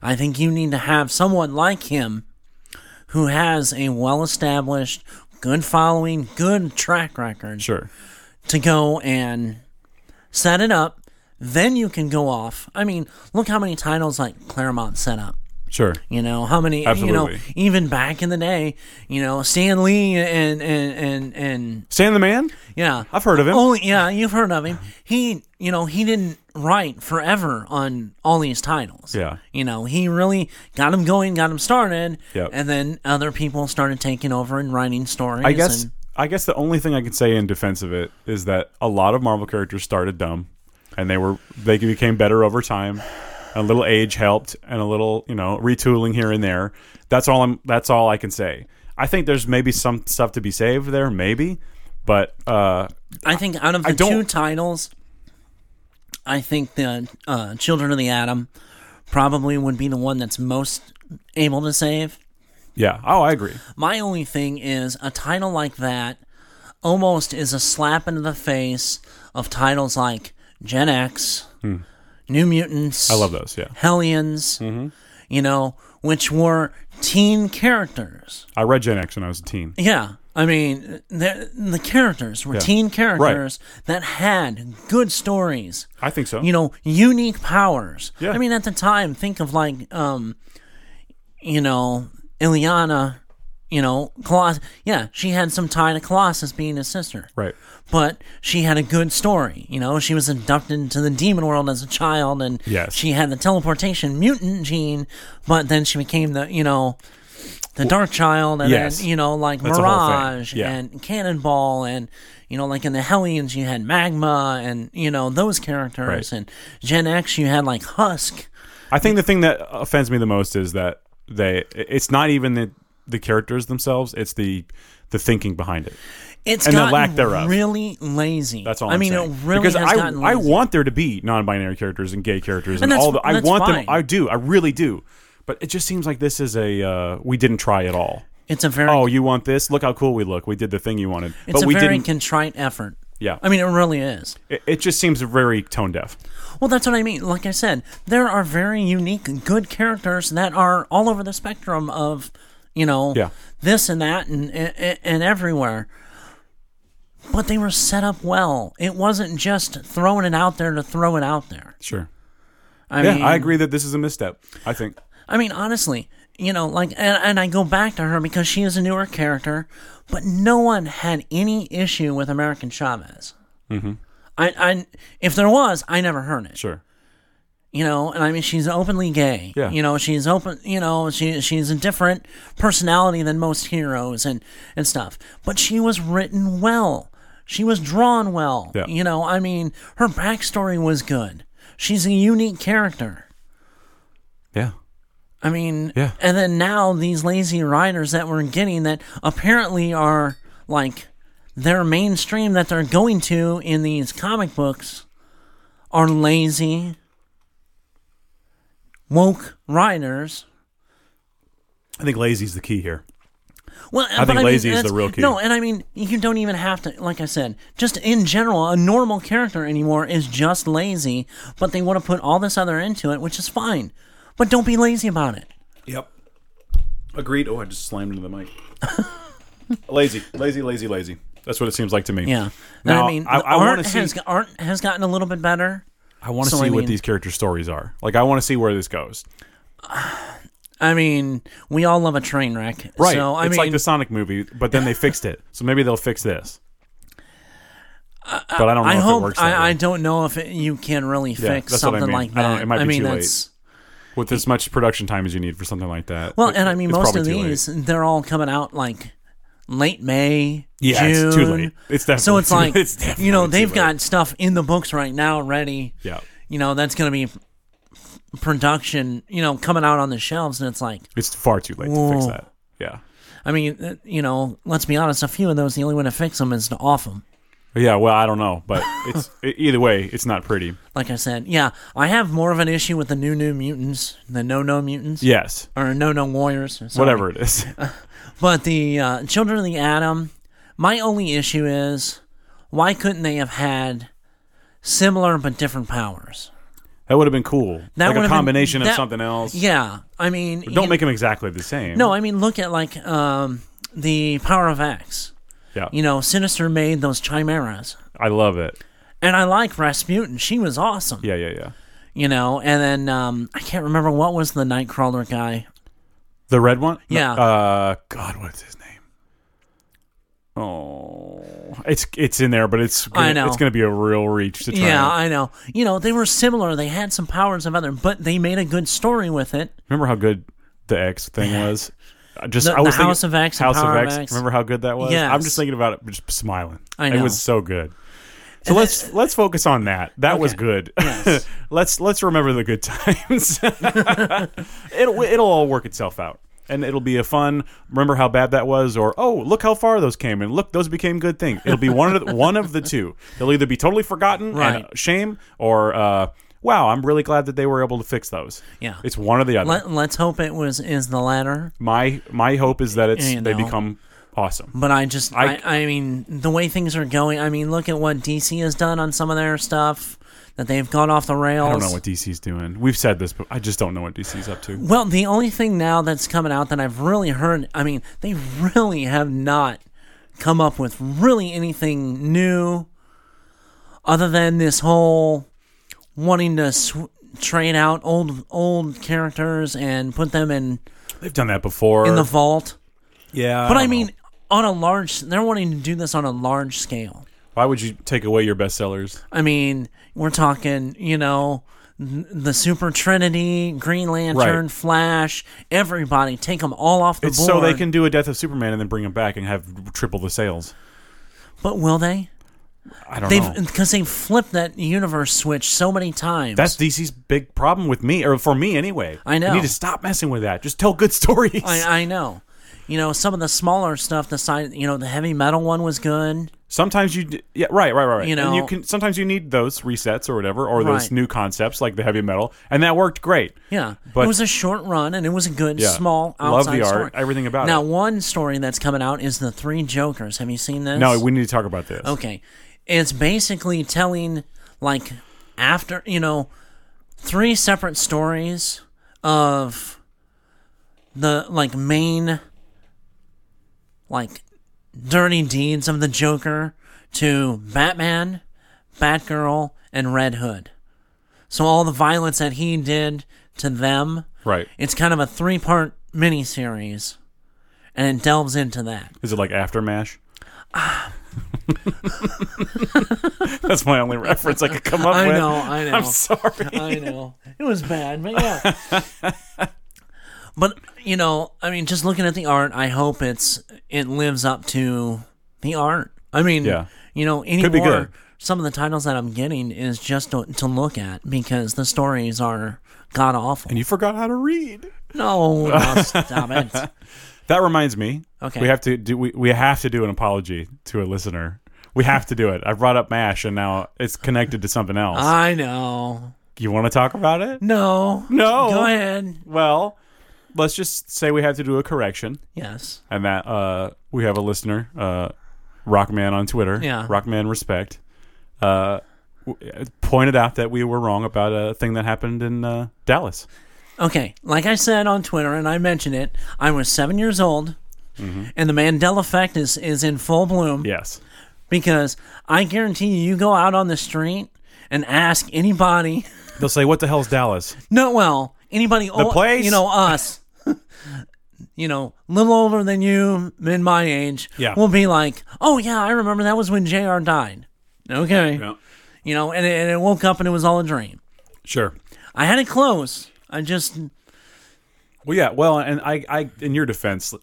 i think you need to have someone like him who has a well established good following good track record
Sure.
to go and set it up. Then you can go off. I mean, look how many titles like Claremont set up.
Sure.
You know how many. You know,
Absolutely.
even back in the day, you know Stan Lee and and and and
Stan the Man?
yeah,
I've heard of him.
Only yeah, you've heard of him. He, you know, he didn't write forever on all these titles.
Yeah.
you know, he really got him going, got him started,
Yep.
and then other people started taking over and writing stories.
I guess
and,
I guess the only thing I can say in defense of it is that a lot of Marvel characters started dumb and they were they became better over time. A little age helped and a little, you know, retooling here and there. That's all I'm that's all I can say. I think there's maybe some stuff to be saved there, maybe, but uh
I think out of the
don't-
two titles, I think the uh, Children of the Atom probably would be the one that's most able to save.
yeah. Oh, I agree.
My only thing is a title like that almost is a slap into the face of titles like Gen X, New Mutants.
Hmm. I love Mm-hmm. those, yeah.
Hellions, you know, which were teen characters.
I read Gen X when I was a teen.
Yeah. I mean, the, the characters were teen characters that had good stories
I think so.
you know, unique powers.
Yeah.
I mean, at the time, think of like, um, you know, Ileana, you know, Colossus. Yeah, she had some tie to Colossus being his sister.
right.
But she had a good story. You know, she was abducted into the demon world as a child, and
Yes.
she had the teleportation mutant gene, but then she became the, you know, the dark child, and
yes.
then, you know, like
That's a whole thing.
Mirage
Yeah.
and Cannonball, and, you know, like in the Hellions, you had Magma, and, you know, those characters,
Right.
and Gen X, you had like Husk.
I think the thing that offends me the most is that they it's not even the the characters themselves, it's the the thinking behind it.
It's
And the
gotten
lack thereof.
really lazy.
That's all
I
I'm
mean,
saying.
it really
because
has
I
gotten
I
lazy.
want there to be non-binary characters and gay characters
And
and,
that's-
all the I
that's
want
fine.
them I do. I really do. But it just seems like this is a uh, we didn't try at all.
it's a very
Oh, you want this? Look how cool we look. We did the thing you wanted.
It's
but
a
we
very
didn't
contrite effort.
Yeah.
I mean, it really is.
it, it just seems very tone deaf.
Well, that's what I mean. Like I said, there are very unique, good characters that are all over the spectrum of, you know,
Yeah.
this and that and, and and everywhere. But they were set up well. It wasn't just throwing it out there to throw it out there.
Sure.
I
yeah,
mean,
I agree that this is a misstep. I think
I mean, honestly, you know, like, and, and I go back to her because she is a newer character, but no one had any issue with American Chavez. Mm-hmm. I, I, if there was, I never heard it.
sure.
You know, and I mean, she's openly gay.
Yeah.
You know, she's open. You know, she she's a different personality than most heroes and and stuff. But she was written well. She was drawn well.
Yeah.
You know, I mean, her backstory was good. She's a unique character.
Yeah.
I mean,
Yeah.
and then now these lazy riders that we're getting that apparently are like their mainstream that they're going to in these comic books are lazy, woke riders.
I think lazy's the key here.
Well, I
think lazy is the real key.
No, and I mean, you don't even have to, like I said, just in general, a normal character anymore is just lazy, but they want to put all this other into it, which is fine. But don't be lazy about it.
Yep. Agreed. Oh, I just slammed into the mic. lazy, lazy, lazy, lazy. That's what it seems like to me.
Yeah.
Now,
and I mean,
I-
the
I wanna
art,
see-
has, art has gotten a little bit better.
I want to
So,
see
I
what
mean-
these character stories are. Like, I want to see where this goes.
I mean, we all love a train wreck.
Right.
So, I
it's
mean,
like the Sonic movie, but then they fixed it. So maybe they'll fix this. But I don't know
I
if
hope,
it works. That
I, I
way.
don't know if it, you can really fix
that's what I
something
mean.
like
I
that.
don't- it might be
mean,
too late.
that's.
With as much production time as you need for something like that.
Well,
It-
and I mean,
it's
most
probably
of
too late.
these, they're all coming out like late May.
Yeah,
June.
it's too late. It's definitely
so it's
too-
like
it's definitely
you know
too
they've
late.
got stuff in the books right now ready.
Yeah.
You know that's going to be production. You know coming out on the shelves, and it's like
It's far too late to fix
Whoa.
that. Yeah.
I mean, uh, you know, let's be honest. A few of those, the only way to fix them is to off them.
Yeah, well, I don't know, but it's e- either way, it's not pretty.
Like I said, yeah, I have more of an issue with the new new mutants, the no no mutants,
Yes.
or no no warriors, sorry.
Whatever it is.
But the uh, Children of the Atom, my only issue is why couldn't they have had similar but different powers?
That would have been cool.
That
like
would've
a
been-
combination of
that-
something else.
Yeah, I mean,
Don't
you-
make them exactly the same.
no, I mean, look at like um, the Power of X.
Yeah.
You know, Sinister made those chimeras.
I love it.
And I like Rasputin. She was awesome.
Yeah, yeah, yeah.
you know and then um i can't remember what was the nightcrawler guy
The red one? No,
Yeah.
Uh, God, what's his name? Oh, it's it's in there, but it's gonna,
I know.
it's going to be a real reach to try.
yeah
and-
i know you know they were similar they had some powers of other but they made a good story with it
remember how good the X thing was? I Just
The-
I was
the
thinking,
House of X and
House of
Power of
X.
X.
Remember how good that was?
Yes.
I'm just thinking about it, just smiling.
I
It
know.
was so good. So let's let's focus on that. That was good.
Yes.
let's let's remember the good times. it'll it'll all work itself out, and it'll be a fun. Remember how bad that was, or oh look how far those came, and look those became good things. It'll be one of the, one of the two. They'll either be totally forgotten
Right.
and shame, or uh, wow, I'm really glad that they were able to fix those.
Yeah.
it's one or the other.
Let, let's hope it was is the latter
my my hope is that it's
You
they
know.
become awesome.
but i just
I-
I, I mean the way things are going i mean look at what dc has done on some of their stuff that they've gone off the rails
I don't know what DC's doing. We've said this, but I just don't know what DC's up to.
Well, the only thing now that's coming out that I've really heard, I mean, they really have not come up with really anything new other than this whole wanting to sw- trade out old old characters and put them in
They've done that before.
in the vault.
yeah,
But I,
don't know.
mean, on a large they're wanting to do this on a large scale.
why would you take away your bestsellers?
I mean, we're talking, you know, n- the Super Trinity, Green Lantern,
Right.
Flash, everybody take them all off the
It's
board.
so they can do a Death of Superman and then bring him back and have triple the sales.
But will they?
I don't know.
They've because they've flipped that universe switch so many times.
That's DC's big problem with me, or for me anyway.
I know.
You need to stop messing with that. Just tell good stories.
I, uh, I know. You know, some of the smaller stuff, the side, you know, the heavy metal one was good.
sometimes you, d- yeah, right, right, right, right.
You
and you
know-
can sometimes you need those resets or whatever, or those
Right.
new concepts like the heavy metal, and that worked great.
Yeah,
But-
it was a short run, and it was a good
Yeah.
small
Love
outside
the art,
story.
everything about
now,
it.
one story that's coming out is the Three Jokers. Have you seen this?
No, we need to talk about this.
Okay. It's basically telling like after, you know, three separate stories of the like main like dirty deeds of the Joker to Batman, Batgirl, and Red Hood. So all the violence that he did to them,
Right.
it's kind of a three-part miniseries and it delves into that.
Is it like after mash? That's my only reference I could come up
I
with.
know, I know.
I'm sorry.
I know. It was bad, but yeah. but you know, I mean, just looking at the art, I hope it's it lives up to the art. I mean,
Yeah.
You know,
Could be
anymore,
good.
some of the titles that I'm getting is just to, to look at because the stories are god awful.
And you forgot how to read.
no, no, stop it.
That reminds me.
Okay.
We have to do we, we have to do an apology to a listener. We have to do it. I brought up MASH and now it's connected to something else.
I know.
you want to talk about it?
No.
No.
Go ahead.
Well, let's just say we have to do a correction
Yes.
and that uh we have a listener, uh Rockman on Twitter.
Yeah.
Rockman respect. Uh w- pointed out that we were wrong about a thing that happened in uh, Dallas.
Okay. Like I said on Twitter, and I mentioned it, I was seven years old, and the Mandela effect is, is in full bloom.
Yes.
because I guarantee you, you go out on the street and ask anybody,
They'll say, "What the hell's Dallas?"
no, well, anybody, the
place?
you know, us, you know, little older than you, in my age,
Yeah.
will be like, oh yeah, I remember that was when Jr. died. Okay, you know, and it, and it woke up and it was all a dream.
Sure.
I had it close. I just
Well, yeah. Well, and I, I, in your defense,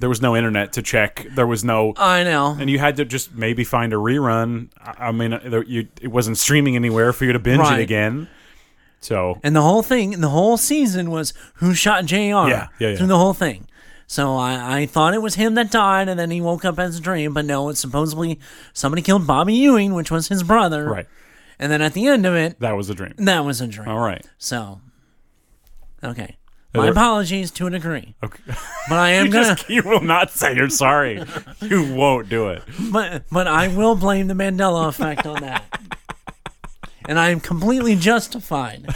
there was no internet to check. There was no,
I know.
and you had to just maybe find a rerun. I, I mean, uh, there, you, it wasn't streaming anywhere for you to binge
Right.
it again. So
And the whole thing, the whole season was who shot JR
yeah, yeah.
through the whole thing. So I, I thought it was him that died, and then he woke up as a dream, but no, it's supposedly somebody killed Bobby Ewing, which was his brother.
right,
And then at the end of it,
that was a dream.
that was a dream.
All right.
So, okay.
Are
My
there-
apologies to a degree,
Okay.
but I am gonna,
Just- you will not say you're sorry. you won't do it.
but, but I will blame the Mandela effect on that, and I am completely justified.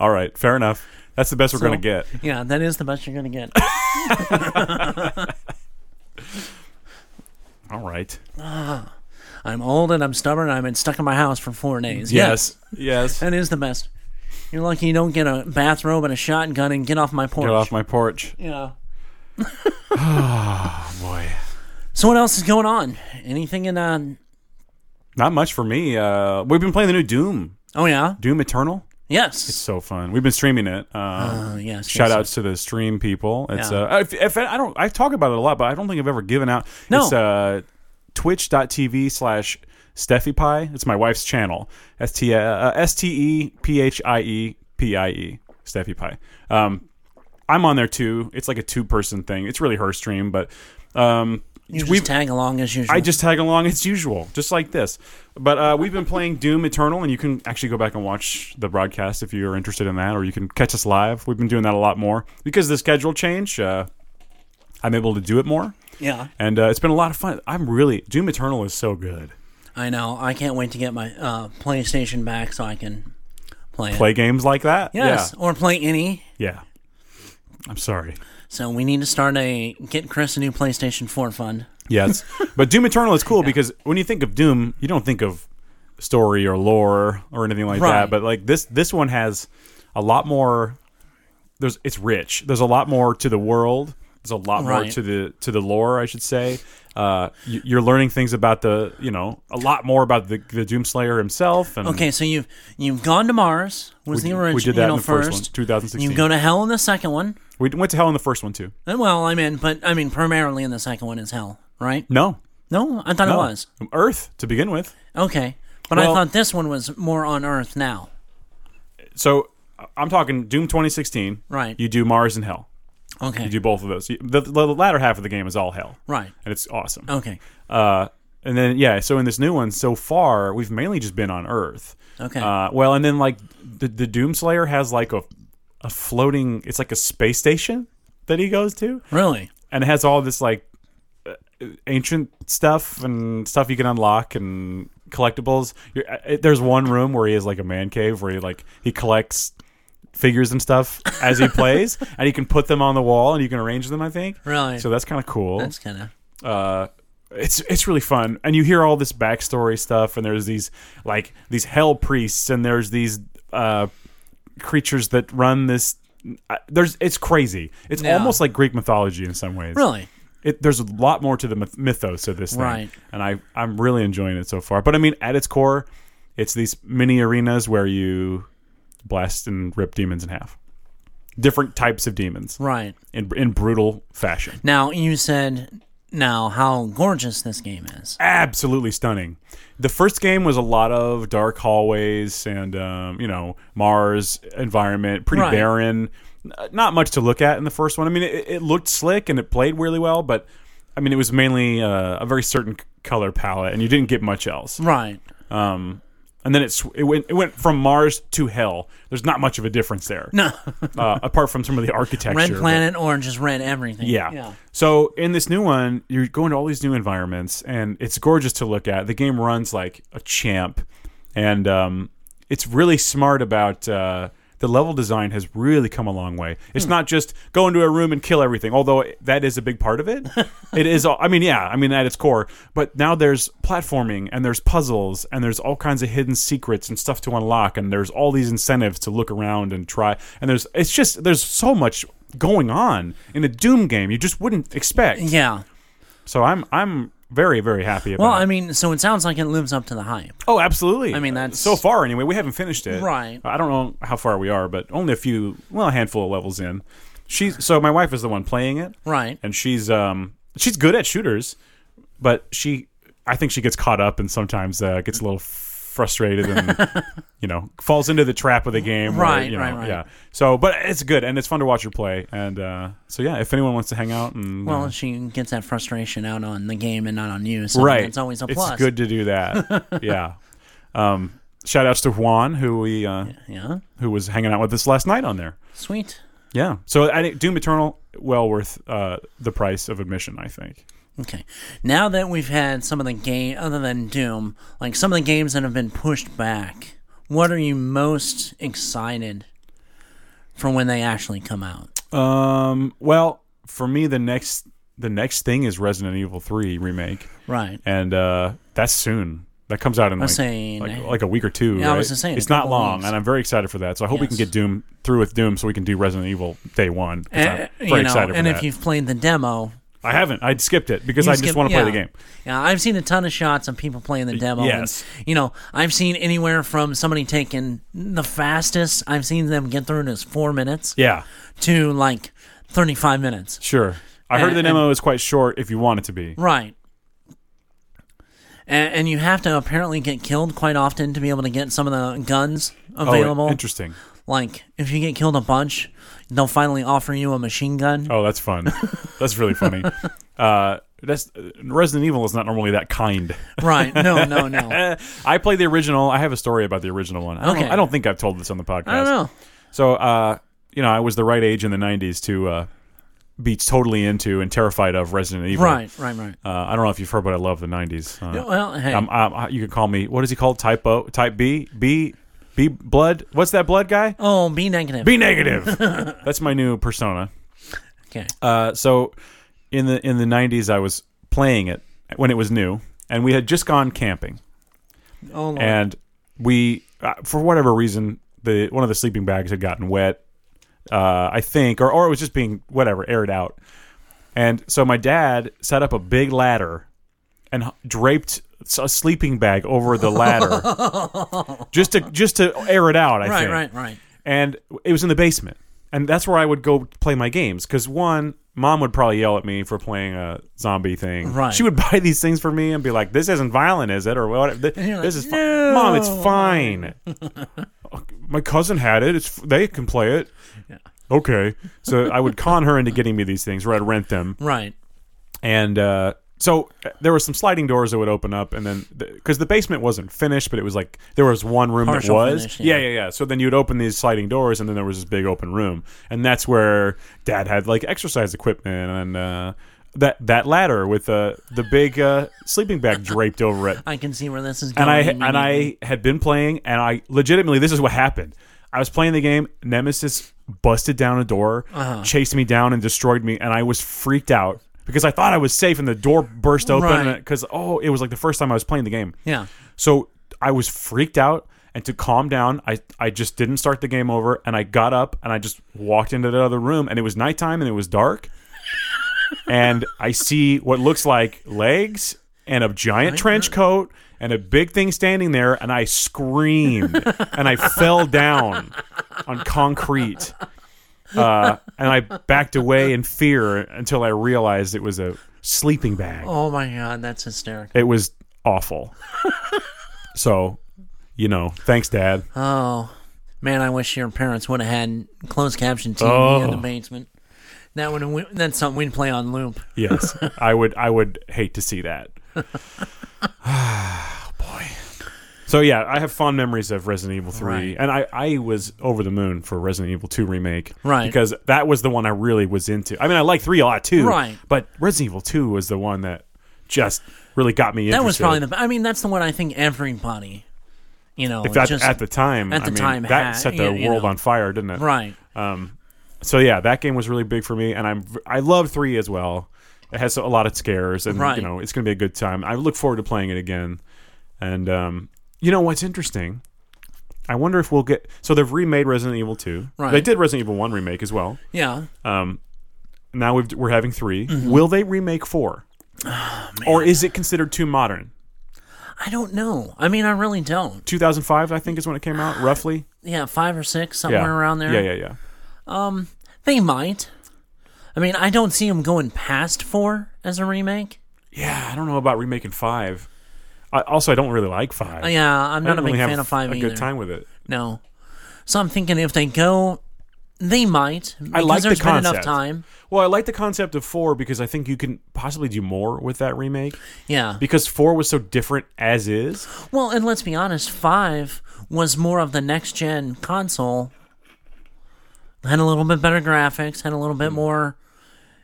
All right. Fair enough. That's the best we're gonna
So-
get.
Yeah, that is the best you're gonna get.
All right.
I'm old and I'm stubborn. and I've been stuck in my house for four days.
Yes. Yes.
that is the best. You're lucky you don't get a bathrobe and a shotgun and get off my porch.
Get off my porch,
yeah.
boy.
So what else is going on? Anything in uh?
Not much for me. Uh, we've been playing the new Doom,
Oh yeah.
Doom Eternal.
Yes.
So fun. We've been streaming it. Um,
Uh, yes.
Shout
yes.
outs to the stream people. It's
Yeah.
uh, if, if I don't, I talk about it a lot, but I don't think I've ever given out.
No.
It's uh, twitch.tv slash Steffi Pie. It's my wife's channel. S T uh, S T E P H I E P I E. Steffi Pie. Um, I'm on there too. It's like a two person thing. It's really her stream, but um,
You just
we've
tag along as usual.
I just tag along as usual, just like this. But uh, we've been playing Doom Eternal, and you can actually go back and watch the broadcast if you're interested in that, or you can catch us live. We've been doing that a lot more because of the schedule change. Uh, I'm able to do it more,
yeah.
and uh, it's been a lot of fun. I'm really Doom Eternal is so good.
I know. I can't wait to get my uh PlayStation back so I can play it.
Play games like that,
Yes. Or play any.
yeah, yeah. I'm sorry.
So we need to start a get Chris a new PlayStation 4 fund.
Yes, but Doom Eternal is cool because when you think of Doom, you don't think of story or lore or anything like
Right.
that. But like this, this one has a lot more. There's it's rich. There's a lot more to the world. There's a lot more
Right.
to the to the lore, I should say. Uh, you, you're learning things about the you know a lot more about the the Doom Slayer himself. And
Okay, so you've you've gone to Mars
We
was the
did- we
original
did that in the first one,
first
2016.
You go to hell in the second one.
we went to hell in the first one too.
Uh, Well, I mean, but I mean, primarily in the second one is hell, right?
No,
No, I thought
no.
it was
Earth to begin with.
okay, but I
Well-
thought this one was more on Earth now.
So I'm talking Doom 2016.
Right.
You do Mars and Hell.
Okay,
You do both of those. You- The, the latter half of the game is all hell.
right? Oh.
and it's awesome.
Okay,
Uh, and then yeah, so in this new one, so far we've mainly just been on Earth.
Okay.
Uh, well, and then like the the Doomslayer has like a a floating, it's like a space station that he goes to,
really?
and it has all this like uh, ancient stuff and stuff you can unlock and collectibles. You're, uh, it- there's one room where he has like a man cave where he like he collects figures and stuff as he plays, and he can put them on the wall and you can arrange them. I think.
Really?
So that's kind of cool
That's kind of
uh, it's it's really fun, and you hear all this backstory stuff, and there's these like these hell priests, and there's these uh, creatures that run this. Uh, there's it's crazy. It's
Yeah.
almost like Greek mythology in some ways.
really
it, there's a lot more to the myth- mythos of this thing,
Right.
and I I'm really enjoying it so far. But I mean, at its core, it's these mini arenas where you blast and rip demons in half, different types of demons
right.
in in brutal fashion.
Now you said now how gorgeous this game is.
absolutely stunning. The first game was a lot of dark hallways and um, you know Mars environment, pretty
Right.
barren, n- not much to look at in the first one. I mean, it, it looked slick and it played really well, but I mean, it was mainly uh, a very certain c- color palette, and you didn't get much else.
Right.
Um, and then it, sw- it went it went from Mars to hell. There's not much of a difference there,
No.
uh, apart from some of the architecture.
Red
but-
Planet Orange is red everything.
yeah.
Yeah.
So in this new one, you're going to all these new environments, and it's gorgeous to look at. The game runs like a champ, and um, it's really smart about uh, the level design has really come a long way. It's not just go into a room and kill everything, although that is a big part of it. it is. all- I mean, yeah. I mean, at its core. But now there's platforming, and there's puzzles, and there's all kinds of hidden secrets and stuff to unlock, and there's all these incentives to look around and try. And there's it's just there's so much going on in a Doom game you just wouldn't expect.
Yeah.
So I'm I'm very very happy about.
Well,
it.
I mean, so it sounds like it lives up to the hype.
oh, absolutely.
I mean, that's-
so far anyway. We haven't finished it.
Right.
I don't know how far we are, but only a few, well, a handful of levels in. She's so my wife is the one playing it,
Right.
and she's um she's good at shooters, but she I think she gets caught up and sometimes uh, gets a little frustrated and you know falls into the trap of the game. where,
Right,
you know,
right, right.
Yeah. So, but it's good and it's fun to watch her play. And uh, so yeah, if anyone wants to hang out and
Well, she gets that frustration out on the game and not on you, so
right,
that's always a plus.
It's good to do that. yeah. Um, shout outs to Juan who we uh,
Yeah.
who was hanging out with us last night on there.
Sweet.
Yeah. So I think Doom Eternal well worth uh, the price of admission. I think.
Okay. Now that we've had some of the game other than Doom, like some of the games that have been pushed back, what are you most excited for when they actually come out?
Um. Well, for me, the next the next thing is Resident Evil Three remake,
Right.
and uh, that's soon. That comes out in like,
saying-
like like a week or two.
Yeah, I
right?
was just saying, a
it's not
couple
long,
weeks.
and I'm very excited for that. So I hope we can
Yes.
get Doom through with Doom, so we can do Resident Evil Day One. 'cause
Eh,
I'm very
you know,
excited for
and
that.
if you've played the demo,
I haven't. I skipped it because
you
I just
skip-
want to play the
yeah.
game.
Yeah, I've seen a ton of shots of people playing the demo. and,
yes.
you know, I've seen anywhere from somebody taking the fastest I've seen them get through it is four minutes
Yeah.
to like thirty-five minutes.
Sure. I heard
And-
the demo is quite short if you want it to be.
Right. And, and you have to apparently get killed quite often to be able to get some of the guns available.
Oh, interesting.
like, if you get killed a bunch, they'll finally offer you a machine gun.
Oh, that's fun. that's really funny. Uh, that's uh, Resident Evil is not normally that kind.
Right. No, no, no.
Eh, I played the original. I have a story about the original one. I don't,
Okay.
I don't think I've told this on the podcast.
I don't know.
So, uh, you know, I was the right age in the '90s to uh, be totally into and terrified of Resident Evil.
Right, right, right.
Uh, I don't know if you've heard, but I love the '90s. Uh,
Well, hey.
I'm, I'm, uh, you can call me. What is he called? Type O, type B, B, B blood. What's that blood guy?
oh, be negative.
B negative. That's my new persona.
okay.
Uh, so in the in the 90s I was playing it when it was new and we had just gone camping
Oh, Lord.
and we uh, for whatever reason the one of the sleeping bags had gotten wet uh, I think or or it was just being whatever aired out and so my dad set up a big ladder and h- draped s- a sleeping bag over the ladder just to just to air it out I
right,
think
right, right.
and it was in the basement and that's where i would go play my games because one mom would probably yell at me for playing a zombie thing
Right.
she would buy these things for me and be like this isn't violent is it or whatever Th-
you're
this
like,
is fine mom it's
"No."
fine my cousin had it it's f- they can play it okay so i would con her into getting me these things or i'd rent them
Right.
and uh, so uh, there were some sliding doors that would open up, and then because the basement wasn't finished, but it was like there was one room
Partial
that was.
finish,
yeah.
yeah.
yeah, yeah, So then you'd open these sliding doors, and then there was this big open room, and that's where Dad had like exercise equipment and uh, that that ladder with uh, the big uh, sleeping bag draped over it
I can see where this is going.
and I and
immediately.
I had been playing, and I legitimately this is what happened. I was playing the game. Nemesis busted down a door, chased me down, and destroyed me, and I was freaked out because I thought I was safe, and the door burst open
Right.
because oh, it was like the first time I was playing the game.
Yeah.
So I was freaked out. And to calm down, I, I just didn't start the game over and I got up and I just walked into the other room and it was nighttime and it was dark. and I see what looks like legs and a giant trench coat and a big thing standing there and I screamed and I fell down on concrete. Uh, and I backed away in fear until I realized it was a sleeping bag.
Oh my god, that's hysterical.
It was awful. so, you know, thanks, Dad.
Oh man, I wish your parents would have had closed caption TV in the
Oh.
basement. That would that's something we'd play on loop.
Yes, I would. I would hate to see that. Boy.
Oh,
So yeah, I have fond memories of Resident Evil Three,
Right.
and I, I was over the moon for Resident Evil Two remake,
Right.
Because that was the one I really was into. I mean, I like Three a lot too,
Right.
But Resident Evil Two was the one that just really got me.
That was
interested.
probably the. I mean, that's the one I think everybody, you know,
That-
just
at the time.
at the
I mean,
time
that
had-
set
you-
the
you
world
know.
on fire, didn't it?
right.
So yeah, that game was really big for me, and I'm I love three as well. It has a lot of scares, and
Right.
you know it's going to be a good time. I look forward to playing it again. And um, you know what's interesting? I wonder if we'll get so they've remade Resident Evil two.
Right.
They did Resident Evil one remake as well.
Yeah.
Um, now we've, we're having 3
Mm-hmm.
Will they remake four?
Ah,
or is it considered too modern?
I don't know. I mean, I really don't.
2005, I think, is when it came out, roughly.
Yeah, five or six, Ah, somewhere
Yeah,
around there.
Yeah, yeah, yeah.
They might. I mean, I don't see them going past four as a remake.
Yeah, I don't know about remaking five. I, also, I don't really like five.
Uh, Yeah, I'm
I
not a
didn't
big
really have
fan of five
a
either.
good time with it.
No. So I'm thinking if they go, they might.
I
because
like the
there's been
concept.
enough time.
Well, I like the concept of four because I think you can possibly do more with that remake
Yeah.
because four was so different as is.
Well, and let's be honest, five was more of the next gen console. Had a little bit better graphics, had a little bit more,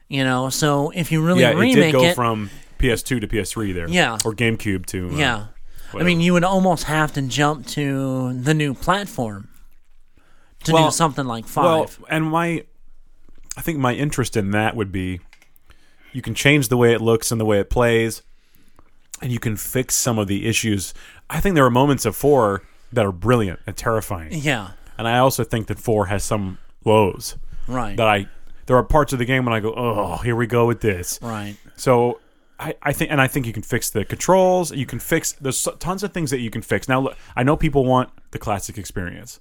you know. So if you
Hmm.
really
yeah, it did
remake
go from PS2 to PS3 there.
Yeah.
or GameCube to uh,
yeah, I mean, you would almost have to jump to the new platform to
Well-
do something like five.
Well, and my, I think my interest in that would be, you can change the way it looks and the way it plays, and you can fix some of the issues. I think there are moments of four that are brilliant and terrifying.
yeah,
And I also think that four has some lows
right,
that I there are parts of the game when I go, oh, here we go with this.
right,
So I, I think and I think you can fix the controls. You can fix there's so- tons of things that you can fix. Now look, I know people want the classic experience.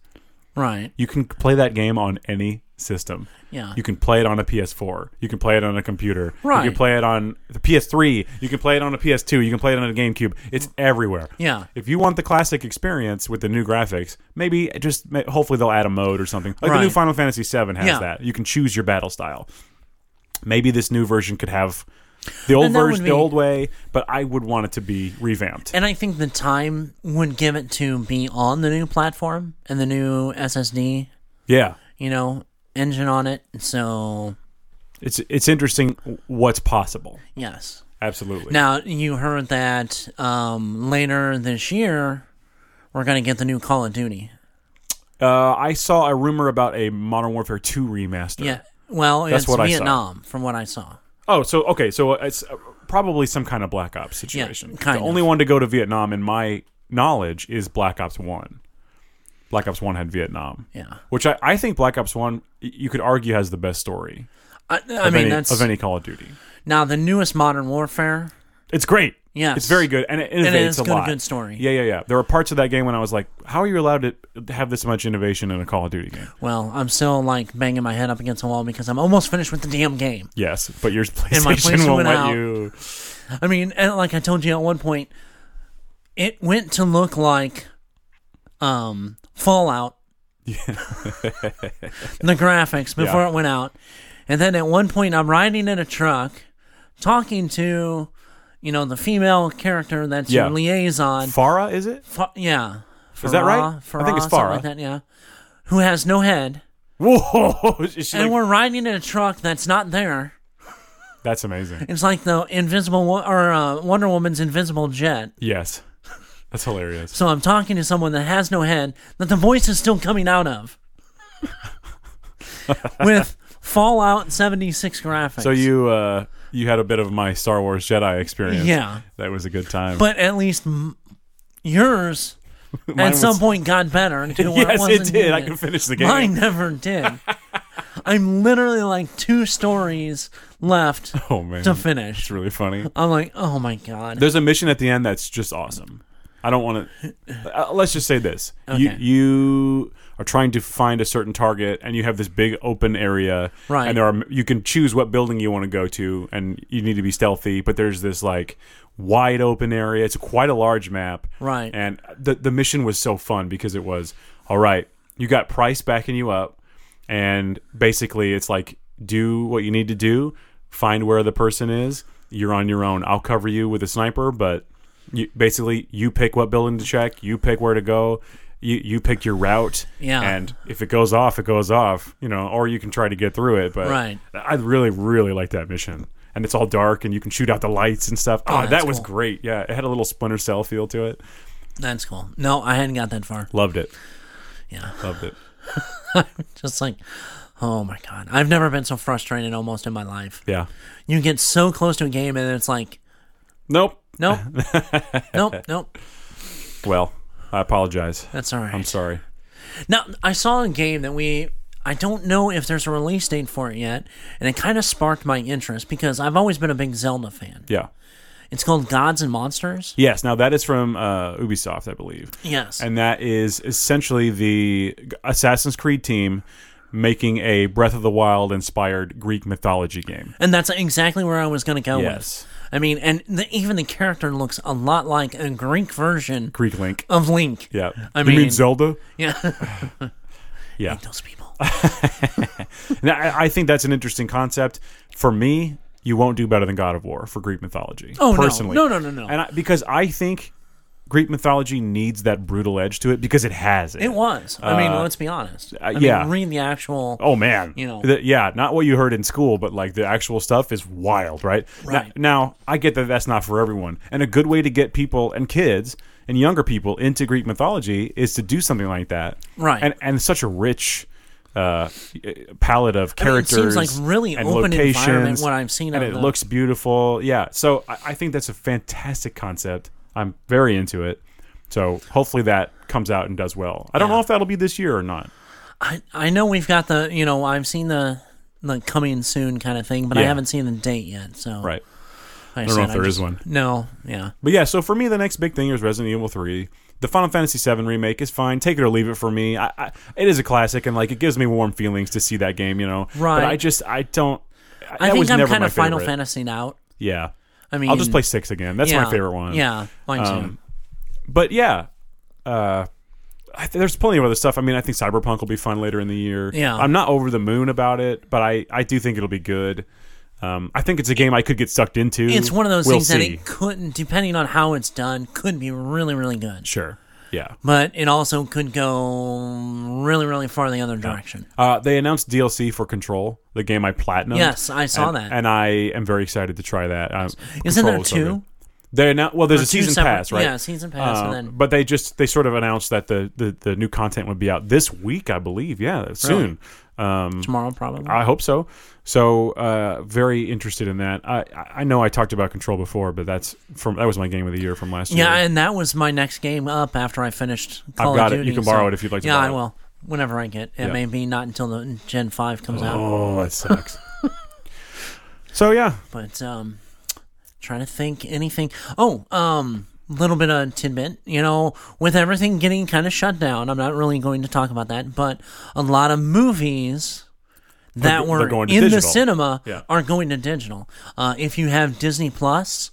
right.
You can play that game on any system.
Yeah.
You can play it on a PS4. You can play it on a computer. You
Right.
can play it on the PS3. You can play it on a PS2. You can play it on a GameCube. It's everywhere.
Yeah.
If you want the classic experience with the new graphics, maybe just ma- hopefully they'll add a mode or something. Like the new
Right.
Final Fantasy VII has
Yeah.
that. You can choose your battle style. Maybe this new version could have the old
And that
version,
would
the
be-
old way, but I would want it to be revamped.
And I think the time would give it to be on the new platform and the new SSD,
Yeah.
you know, engine on it. So
It's it's interesting what's possible.
yes.
Absolutely.
Now you heard that um, later this year we're gonna get the new Call of Duty.
Uh, I saw a rumor about a Modern Warfare 2 remaster.
Yeah. Well, it's
what I saw.
Vietnam, from what I saw.
Oh, so okay, so it's uh, probably some kind of Black Ops situation.
kind
the
of.
only one to go to Vietnam, in my knowledge, is Black Ops One. Black Ops One had Vietnam.
Yeah.
Which I, I think Black Ops One, y- you could argue, has the best story.
I, I
of
mean,
any,
that's
of any Call of Duty.
now the newest Modern Warfare.
It's great.
Yes.
it's very good, and it innovates
And it's
a
got a
lot.
good story.
Yeah, yeah, yeah. There were parts of that game when I was like, "How are you allowed to have this much innovation in a Call of Duty game?"
Well, I'm still like banging my head up against the wall because I'm almost finished with the damn game.
Yes, but your PlayStation,
my PlayStation
won't
went
let
out.
you.
I mean, and like I told you at one point, it went to look like um Fallout. the graphics before
Yeah.
it went out. And then at one point I'm riding in a truck talking to you know the female character that's
Yeah.
your liaison.
Farah, is it?
Fa- yeah.
Is that right?
Farah,
I think it's
Farah, something
Farah.
Like that, yeah. Who has no head.
Whoa! Is she
and
like-
we're riding in a truck that's not there.
that's amazing.
It's like the invisible Wo- or uh, Wonder Woman's invisible jet.
Yes. That's hilarious.
So I'm talking to someone that has no head that the voice is still coming out of. With Fallout 76 graphics.
So you uh you had a bit of my Star Wars Jedi experience.
Yeah.
That was a good time.
But at least m- yours at
was-
some point got better. To where
yes,
wasn't
it did. I
good.
can finish the game.
Mine never did. I'm literally like two stories left
Oh man.
to
It's
finish.
really funny.
I'm like, oh my god.
There's a mission at the end that's just awesome. I don't want to uh, let's just say this.
Okay.
You you are trying to find a certain target, and you have this big open area,
Right.
And there are you can choose what building you want to go to, and you need to be stealthy. But there's this like wide open area. It's quite a large map,
Right.
And the the mission was so fun because it was all right. You got Price backing you up, and basically it's like do what you need to do, find where the person is. You're on your own. I'll cover you with a sniper, but you, basically you pick what building to check. You pick where to go. You you pick your route.
Yeah.
And if it goes off, it goes off. You know, or you can try to get through it. But
Right.
I really really like that mission. And it's all dark, and you can shoot out the lights and stuff. Oh,
that's
that was
cool.
great. Yeah, it had a little Splinter Cell feel to it.
That's cool. No, I hadn't got that far.
Loved it.
Yeah.
Loved it.
Just like, oh my God. I've never been so frustrated almost in my life.
Yeah.
You get so close to a game and it's like,
Nope.
nope, nope, nope.
Well, I apologize.
That's all right.
I'm sorry.
Now, I saw a game that we. I don't know if there's a release date for it yet, and it kind of sparked my interest because I've always been a big Zelda fan.
Yeah.
It's called Gods and Monsters.
Yes. Now that is from uh, Ubisoft, I believe,
Yes.
and that is essentially the Assassin's Creed team making a Breath of the Wild inspired Greek mythology game.
And that's exactly where I was going to go
Yes.
with. I mean, and the, even the character looks a lot like a Greek version
Greek Link.
of Link.
Yeah.
I
you
mean-
Zelda?
Yeah.
Yeah.
Those people.
And I, I think that's an interesting concept. For me, you won't do better than God of War for Greek mythology.
Oh, no.
personally.
No, no, no, no.
And I, because I think Greek mythology needs that brutal edge to it because it has it.
It was. I mean, let's be honest. I mean,
Uh, yeah.
read the actual.
Oh man,
You know.
The- yeah, not what you heard in school, but like the actual stuff is wild, right? Now-
Right.
Now, I get that that's not for everyone, and a good way to get people and kids and younger people into Greek mythology is to do something like that,
Right.
And and such a rich uh, palette of characters.
like really
and
open environment,
locations,
what I've seen
and
of
it
the-
looks beautiful. Yeah, so I, I think that's a fantastic concept. I'm very into it. So hopefully that comes out and does well. I don't know if that'll be this year or not.
I, I know we've got the, you know, I've seen the, the coming soon kind of thing, but I
Yeah.
haven't seen the date yet. So,
Right.
Like I
don't know
said,
if there is one.
No. Yeah.
But yeah, so for me, the next big thing is Resident Evil Three. The Final Fantasy VII remake is fine. Take it or leave it for me. I, I, it is a classic, and like it gives me warm feelings to see that game. You know,
Right.
But I just I don't. I,
I
that
think
was
I'm
never
kind
my
of Final
favorite.
Fantasy out.
Yeah,
I mean,
I'll just play six again. That's
yeah,
my favorite one. Um,
Yeah, mine too.
but yeah, uh, I th- there's plenty of other stuff. I mean, I think Cyberpunk will be fun later in the year.
Yeah.
I'm not over the moon about it, but I I do think it'll be good. Um, I think it's a game I could get sucked into.
it's one of those
We'll
things that
see.
it couldn't, depending on how it's done, could be really, really good.
sure. Yeah.
But it also could go really, really far the other direction.
Uh, they announced DLC for Control, the game I platinum.
Yes, I saw
and,
that.
And I am very excited to try that. Um, Control
Isn't there
is so
two?
good. They're now well. There's a
two
season
separate-
pass, right? Um,
yeah, season pass, and then-
but they just they sort of announced that the, the the new content would be out this week, I believe. Yeah, soon. Um,
Tomorrow, probably.
I hope so. So uh, very interested in that. I I- I know I talked about Control before, but that's from that was my game of the year from last
yeah,
year.
and that was my next game up after I finished Call
got
of
it.
Duty.
You can borrow it if you'd like to
Yeah,
borrow
I
it.
will. Whenever I get it,
Yeah.
maybe not until the Gen Five comes out.
oh, that sucks. so yeah,
But um, trying to think anything. Oh, um, little bit of tidbit. You know, with everything getting kind of shut down, I'm not really going to talk about that. But a lot of movies that
go-
were
they're
in
going to
the
digital.
cinema
Yeah.
are going to digital. Uh, if you have Disney Plus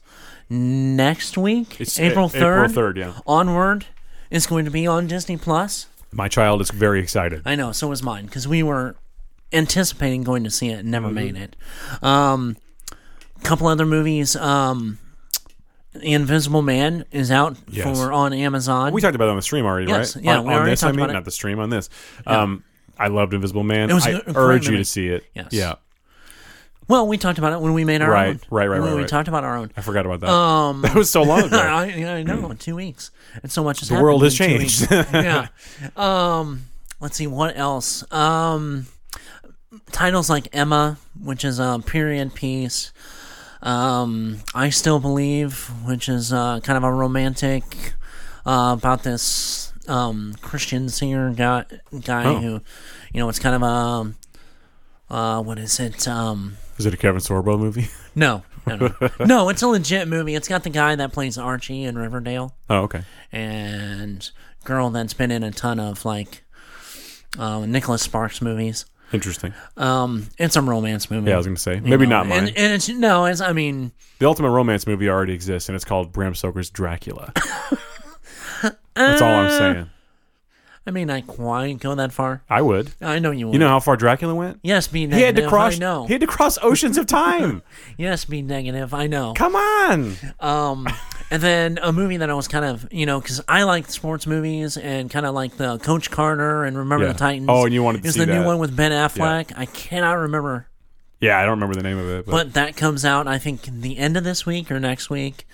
next week,
It's
April
A- April 3rd,
third,
yeah.
onward is going to be on Disney Plus.
my child is very excited.
I know, so was mine because we were anticipating going to see it, and
Mm-hmm.
never made it. Um, couple other movies. Um, the Invisible Man is out
Yes.
for on Amazon.
We talked about it on the stream already,
Yes,
right?
yeah,
on,
we
on
already
this, I
talked
mean,
about it.
not the stream on this. Um, I loved Invisible Man.
It was a
I
good- a great
urge you
movie.
to see it.
Yes.
Yeah,
well, we talked about it when we made our
Right,
own.
right, right,
When
right,
we
right.
talked about our own.
I forgot about that. Um, that was so long ago.
I, I know, two weeks, and so much has
the world has
happened in two
changed.
weeks. yeah. Um, let's see what else. Um, titles like Emma, which is a period piece. Um, I still believe, which is uh, kind of a romantic uh, about this um, Christian singer guy, guy
Oh.
who, you know, it's kind of a uh, what is it? Um,
Is it a Kevin Sorbo movie?
no, no, no, no. It's a legit movie. It's got the guy that plays Archie in Riverdale
Oh, okay.
and girl that's been in a ton of like um, Nicholas Sparks movies,
Interesting.
um, and some romance movies.
Yeah, I was gonna say maybe not mine.
And, and it's no, it's I mean,
the ultimate romance movie already exists, and it's called Bram Stoker's Dracula. That's all
Uh,
I'm saying.
I mean, I quite go that far.
I would.
I know you. Would.
You know how far Dracula went?
yes, be negative.
He had to cross.
I know.
He had to cross oceans of time.
yes, be negative. I know.
Come on.
Um, and then a movie that I was kind of, you know, because I like sports movies and kind of like the Coach Carter and Remember
Yeah.
the Titans.
Oh, and you wanted to
is
see
the new
that.
one with Ben Affleck. I cannot remember,
Yeah, I don't remember the name of it, but,
but that comes out I think the end of this week or next week.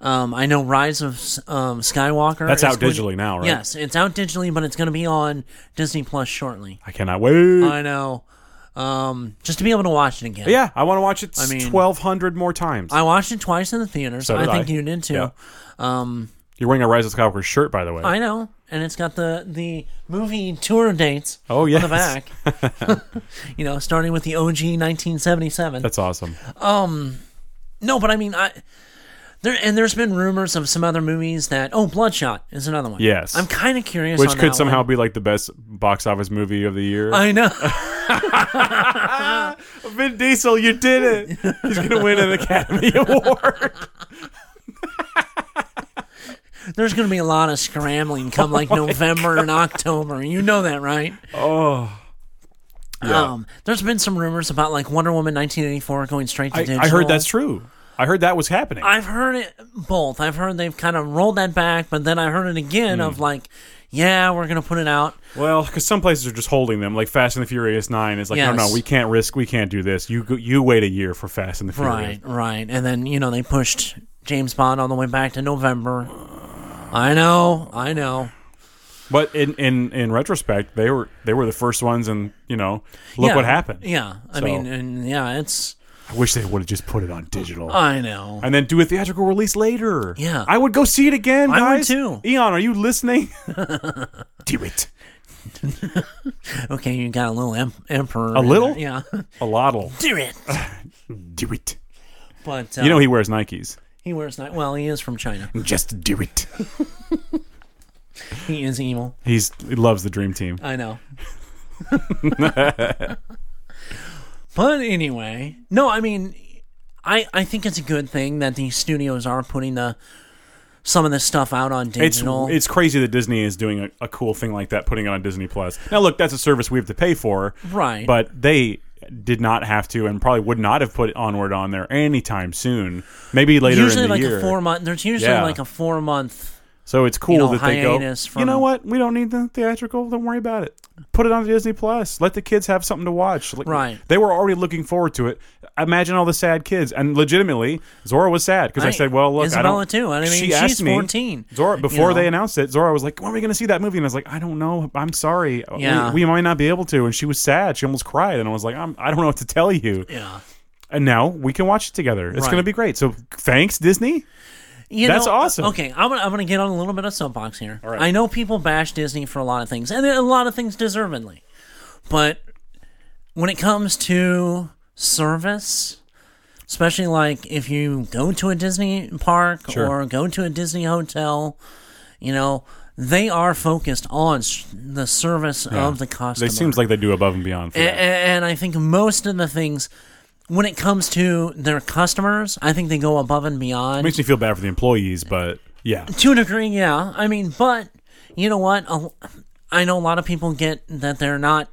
Um, I know Rise of um, Skywalker.
that's
is
out
going-
digitally now, right?
Yes, it's out digitally, but it's going to be on Disney Plus shortly.
I cannot wait.
I know. Um, just to be able to watch it again.
yeah, I want to watch it
I mean-
1,200 more times.
I watched it twice in the theater, so,
So did
I think
I.
you did too.
Yeah.
Um,
You're wearing a Rise of Skywalker shirt, by the way.
I know, and it's got the the movie tour dates
oh,
on
yeah.
the back. you know, starting with the OG 1977.
That's awesome.
no, but I mean, I there and there's been rumors of some other movies that oh, Bloodshot is another one.
Yes.
I'm kind of curious,
Which
on
could
that
somehow
one.
be like the best box office movie of the year.
I know.
Vin Diesel, you did it. He's going to win an Academy Award.
There's going to be a lot of scrambling come like November and October. You know that, right?
Oh.
Um, there's been some rumors about like Wonder Woman 1984 going straight to
I,
digital.
I heard that's true. I heard that was happening.
I've heard it both. I've heard they've kind of rolled that back, but then I heard it
Hmm.
again of like, yeah, we're gonna put it out.
well, because some places are just holding them, like Fast and the Furious 9. It's like, no,
Yes.
no, we can't risk, we can't do this. You go, you wait a year for Fast and the Furious.
Right, right. And then you know they pushed James Bond all the way back to November. I know, I know.
But in, in in retrospect, they were they were the first ones, and you know, look
Yeah,
what happened.
Yeah, I
So-
mean, and yeah, it's
I wish they would have just put it on digital
I know.
and then do a theatrical release later.
Yeah.
I would go see it again.
I would
Guys.
too.
Eon, are you listening? do it
Okay, you got a little em- emperor.
A
in
little?
there. yeah.
a lottle.
Do it.
Do it.
But uh,
You know he wears Nikes.
he wears night. Well, he is from China.
Just do it.
He is evil.
He's he loves the Dream Team.
I know. but anyway, no, I mean, I I think it's a good thing that these studios are putting the some of this stuff out on
It's
digital.
it's crazy that Disney is doing a, a cool thing like that, putting it on Disney Plus. Now look, that's a service we have to pay for,
right,
but they did not have to and probably would not have put onward on there anytime soon maybe later
usually
in the
like
year
a four month. There's usually
Yeah.
like a four month.
so it's cool
know,
that they go
hiatus
you know
from-
what we don't need the theatrical don't worry about it put it on disney plus let the kids have something to watch Like,
Right.
they were already looking forward to it imagine all the sad kids and legitimately zora was sad because I,
I-
said well look I
Isabella
don't
too. I mean,
she
she's
asked me
14,
zora
you
before they
know.
announced it zora was like when are we going to see that movie and i was like i don't know i'm sorry We-
Yeah.
we, might not be able to and she was sad she almost cried and i was like I'm, i don't know what to tell you
Yeah,
and now we can watch it together. It's
Right.
going to be great. So thanks Disney.
You
That's
know-
awesome.
Okay, I'm gonna, I'm gonna get on a little bit of soapbox here.
right.
I know people bash Disney for a lot of things, and a lot of things deservedly, but when it comes to service, especially like if you go to a Disney park
Sure.
or go to a Disney hotel, you know they are focused on s- the service of the customer.
It seems like they do above and beyond. For
A- a-
that.
and I think most of the things. When it comes to their customers, I think they go above and beyond
Makes me feel bad for the employees, but yeah,
to a degree, yeah. I mean, but you know what? A- I know a lot of people get that they're not.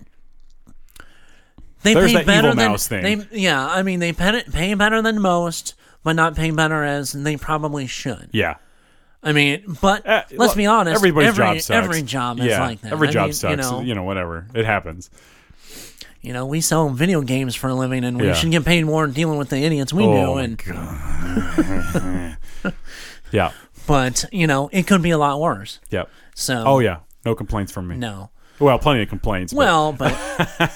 They
There's
pay
that
better
evil
than
mouse thing.
they. Yeah, I mean, they pay, pay better than most, but not pay better as they probably should.
yeah.
I mean, but
Uh,
let's
look,
be honest.
Everybody's
every,
job sucks.
Every job is
yeah,
like that.
Every
I
job
mean,
sucks.
You know,
whatever. It happens.
you know, we sell video games for a living, and we
Yeah.
should get paid more dealing with the idiots we
Oh,
do. And
Yeah.
but you know, it could be a lot worse.
Yeah.
So
Oh yeah. No complaints from me.
no.
Well, plenty of complaints. but
Well, but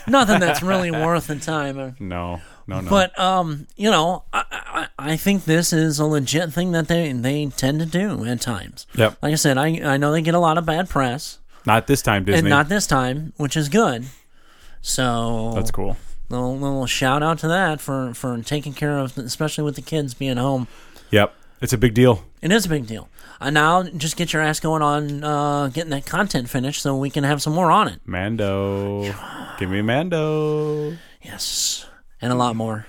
nothing that's really worth the time.
no, no, no.
But um, you know, I, I I think this is a legit thing that they they tend to do at times.
Yep.
Like I said, I I know they get a lot of bad press,
not this time, Disney.
and not this time, which is good. So
That's cool.
little, little shout out to that for for taking care of, especially with the kids being home.
Yep. It's a big deal.
It is a big deal. And now just get your ass going on uh, getting that content finished so we can have some more on it.
Mando. Give me a Mando.
Yes. And a lot more.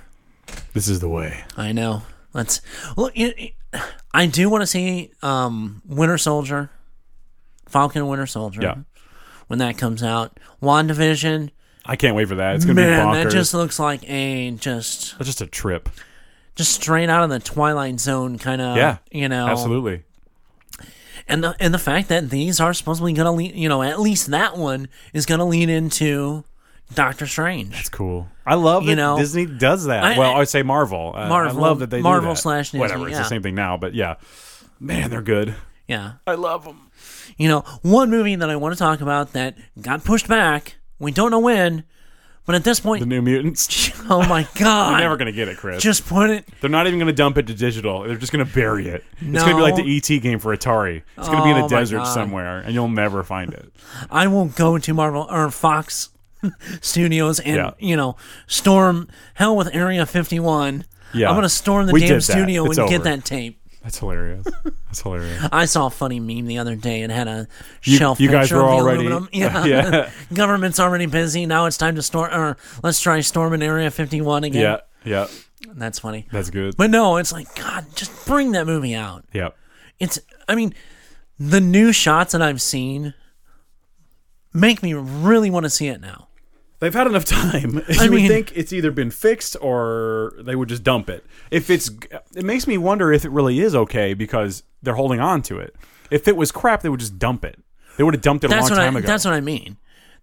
This is the way.
I know. Let's look. It, it- I do want to see um, Winter Soldier, Falcon Winter Soldier.
Yeah.
When that comes out, WandaVision.
I can't wait for that. It's going to be
Man,
bonkers.
that just looks like a just
That's just a trip.
just straight out of the Twilight Zone kind of.
Yeah,
Uh, You know.
Absolutely.
And the and the fact that these are supposedly gonna lead, you know, at least that one is gonna lead into Doctor Strange.
It's cool. I love
You
that
know,
Disney does that.
I-
well, I would say Marvel. Uh,
Marvel-
I love that they do
Marvel
that.
slash Disney,
Whatever. It's
yeah.
the same thing now, but yeah. Man, they're good.
Yeah.
I love them.
You know, one movie that I want to talk about that got pushed back. We don't know when, but at this
The
point,
New Mutants.
oh my god,
They're never going to get it, Chris.
just put it.
They're not even going to dump it to digital. They're just going to bury it. It's going to be like
No.
the ET game for Atari. It's going to be in
Oh,
a
my
desert
God.
somewhere, and you'll never find it.
I will go to Marvel or Fox Studios and
Yeah.
you know storm hell with Area Fifty One.
Yeah.
I'm gonna storm the
We did
damn
that.
studio
It's
and get
over.
that tape.
That's hilarious. That's hilarious.
I saw a funny meme the other day and had a
You-
shelf
you
picture
guys were
of the
already-
aluminum. Yeah.
Yeah.
Government's already busy. Now it's time to storm or let's try storming Area 51 again.
Yeah. Yeah.
That's funny.
That's good.
But no, it's like god, just bring that movie out.
yeah.
It's I mean, the new shots that I've seen make me really want to see it now.
They've had enough time. you
mean-
would think it's either been fixed or they would just dump it. If it's, it makes me wonder if it really is okay because they're holding on to it. If it was crap, they would just dump it. They would have dumped it
That's
a long
what
time
I
ago.
that's what I mean.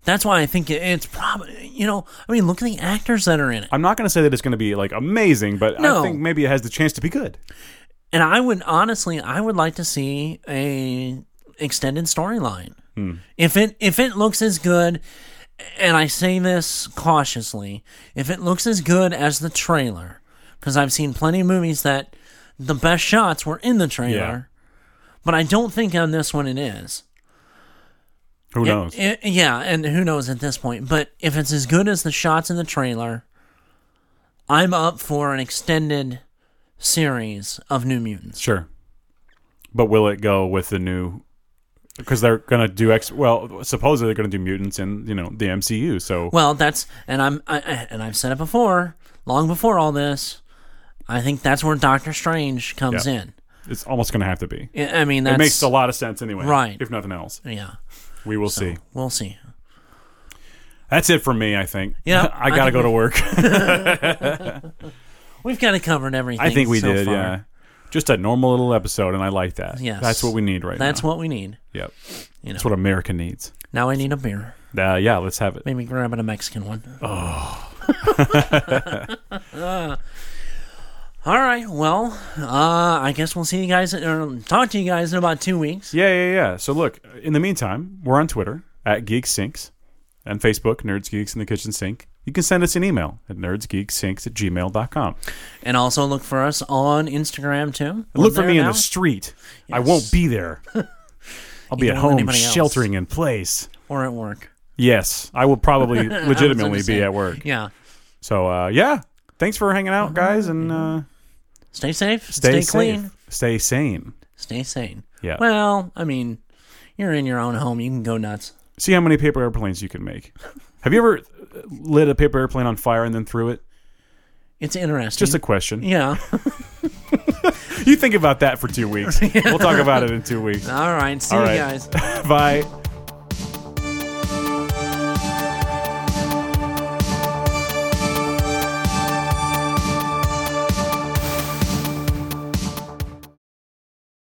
That's why I think it, it's probably you know, I mean, look at the actors that are in it.
I'm not going to say that it's going to be like amazing, but
No.
I think maybe it has the chance to be good.
And I would honestly, I would like to see a extended storyline. If it if it looks as good, and I say this cautiously, if it looks as good as the trailer, because I've seen plenty of movies that the best shots were in the trailer, but I don't think on this one it is.
Who
It-
knows?
it- yeah, and who knows at this point. But if it's as good as the shots in the trailer, I'm up for an extended series of New Mutants.
Sure. But will it go with the new? Because they're gonna do X. Well, supposedly they're gonna do mutants in you know the MCU. So
Well, that's and I'm I, I- and I've said it before, long before all this. I think that's where Doctor Strange comes
Yeah.
in.
it's almost gonna have to be.
I I mean, that's
It makes a lot of sense anyway.
Right.
If nothing else,
yeah.
we will see.
We'll see.
That's it for me. I think.
Yeah,
I gotta
I think
go to work.
We've kind of covered everything.
I think we
so
did.
far.
Yeah. Just a normal little episode, and I like that.
Yes.
That's what we need right
That's
now.
what we need.
Yep.
you
That's
know.
what America needs.
Now I need a beer.
Uh, yeah. Let's have it.
Maybe grabbing a Mexican one. Oh. all right. Well, uh, I guess we'll see you guys or talk to you guys in about two weeks.
Yeah, yeah, yeah. So look, in the meantime, we're on Twitter at GeekSinks and Facebook, Nerds Geeks in the Kitchen Sink. You can send us an email at nerdsgeeksinks at gmail.com.
And also look for us on Instagram too. We're
Look for
there
me in
now.
the street. I won't be there. I'll be
You
at
don't want
home
anybody else.
sheltering in place.
or at work.
Yes, I will probably legitimately be
understand.
at work.
Yeah.
So, uh, yeah. Thanks for hanging out, guys, and uh,
Stay safe.
stay,
Stay, clean.
safe. Stay sane.
Stay sane.
Yeah.
Well, I mean, you're in your own home. You can go nuts.
See how many paper airplanes you can make. Have you ever uh, lit a paper airplane on fire and then threw it?
It's interesting.
Just a question.
yeah.
You think about that for two weeks. We'll talk about it in two weeks.
All right. See
All
you
right.
guys.
Bye.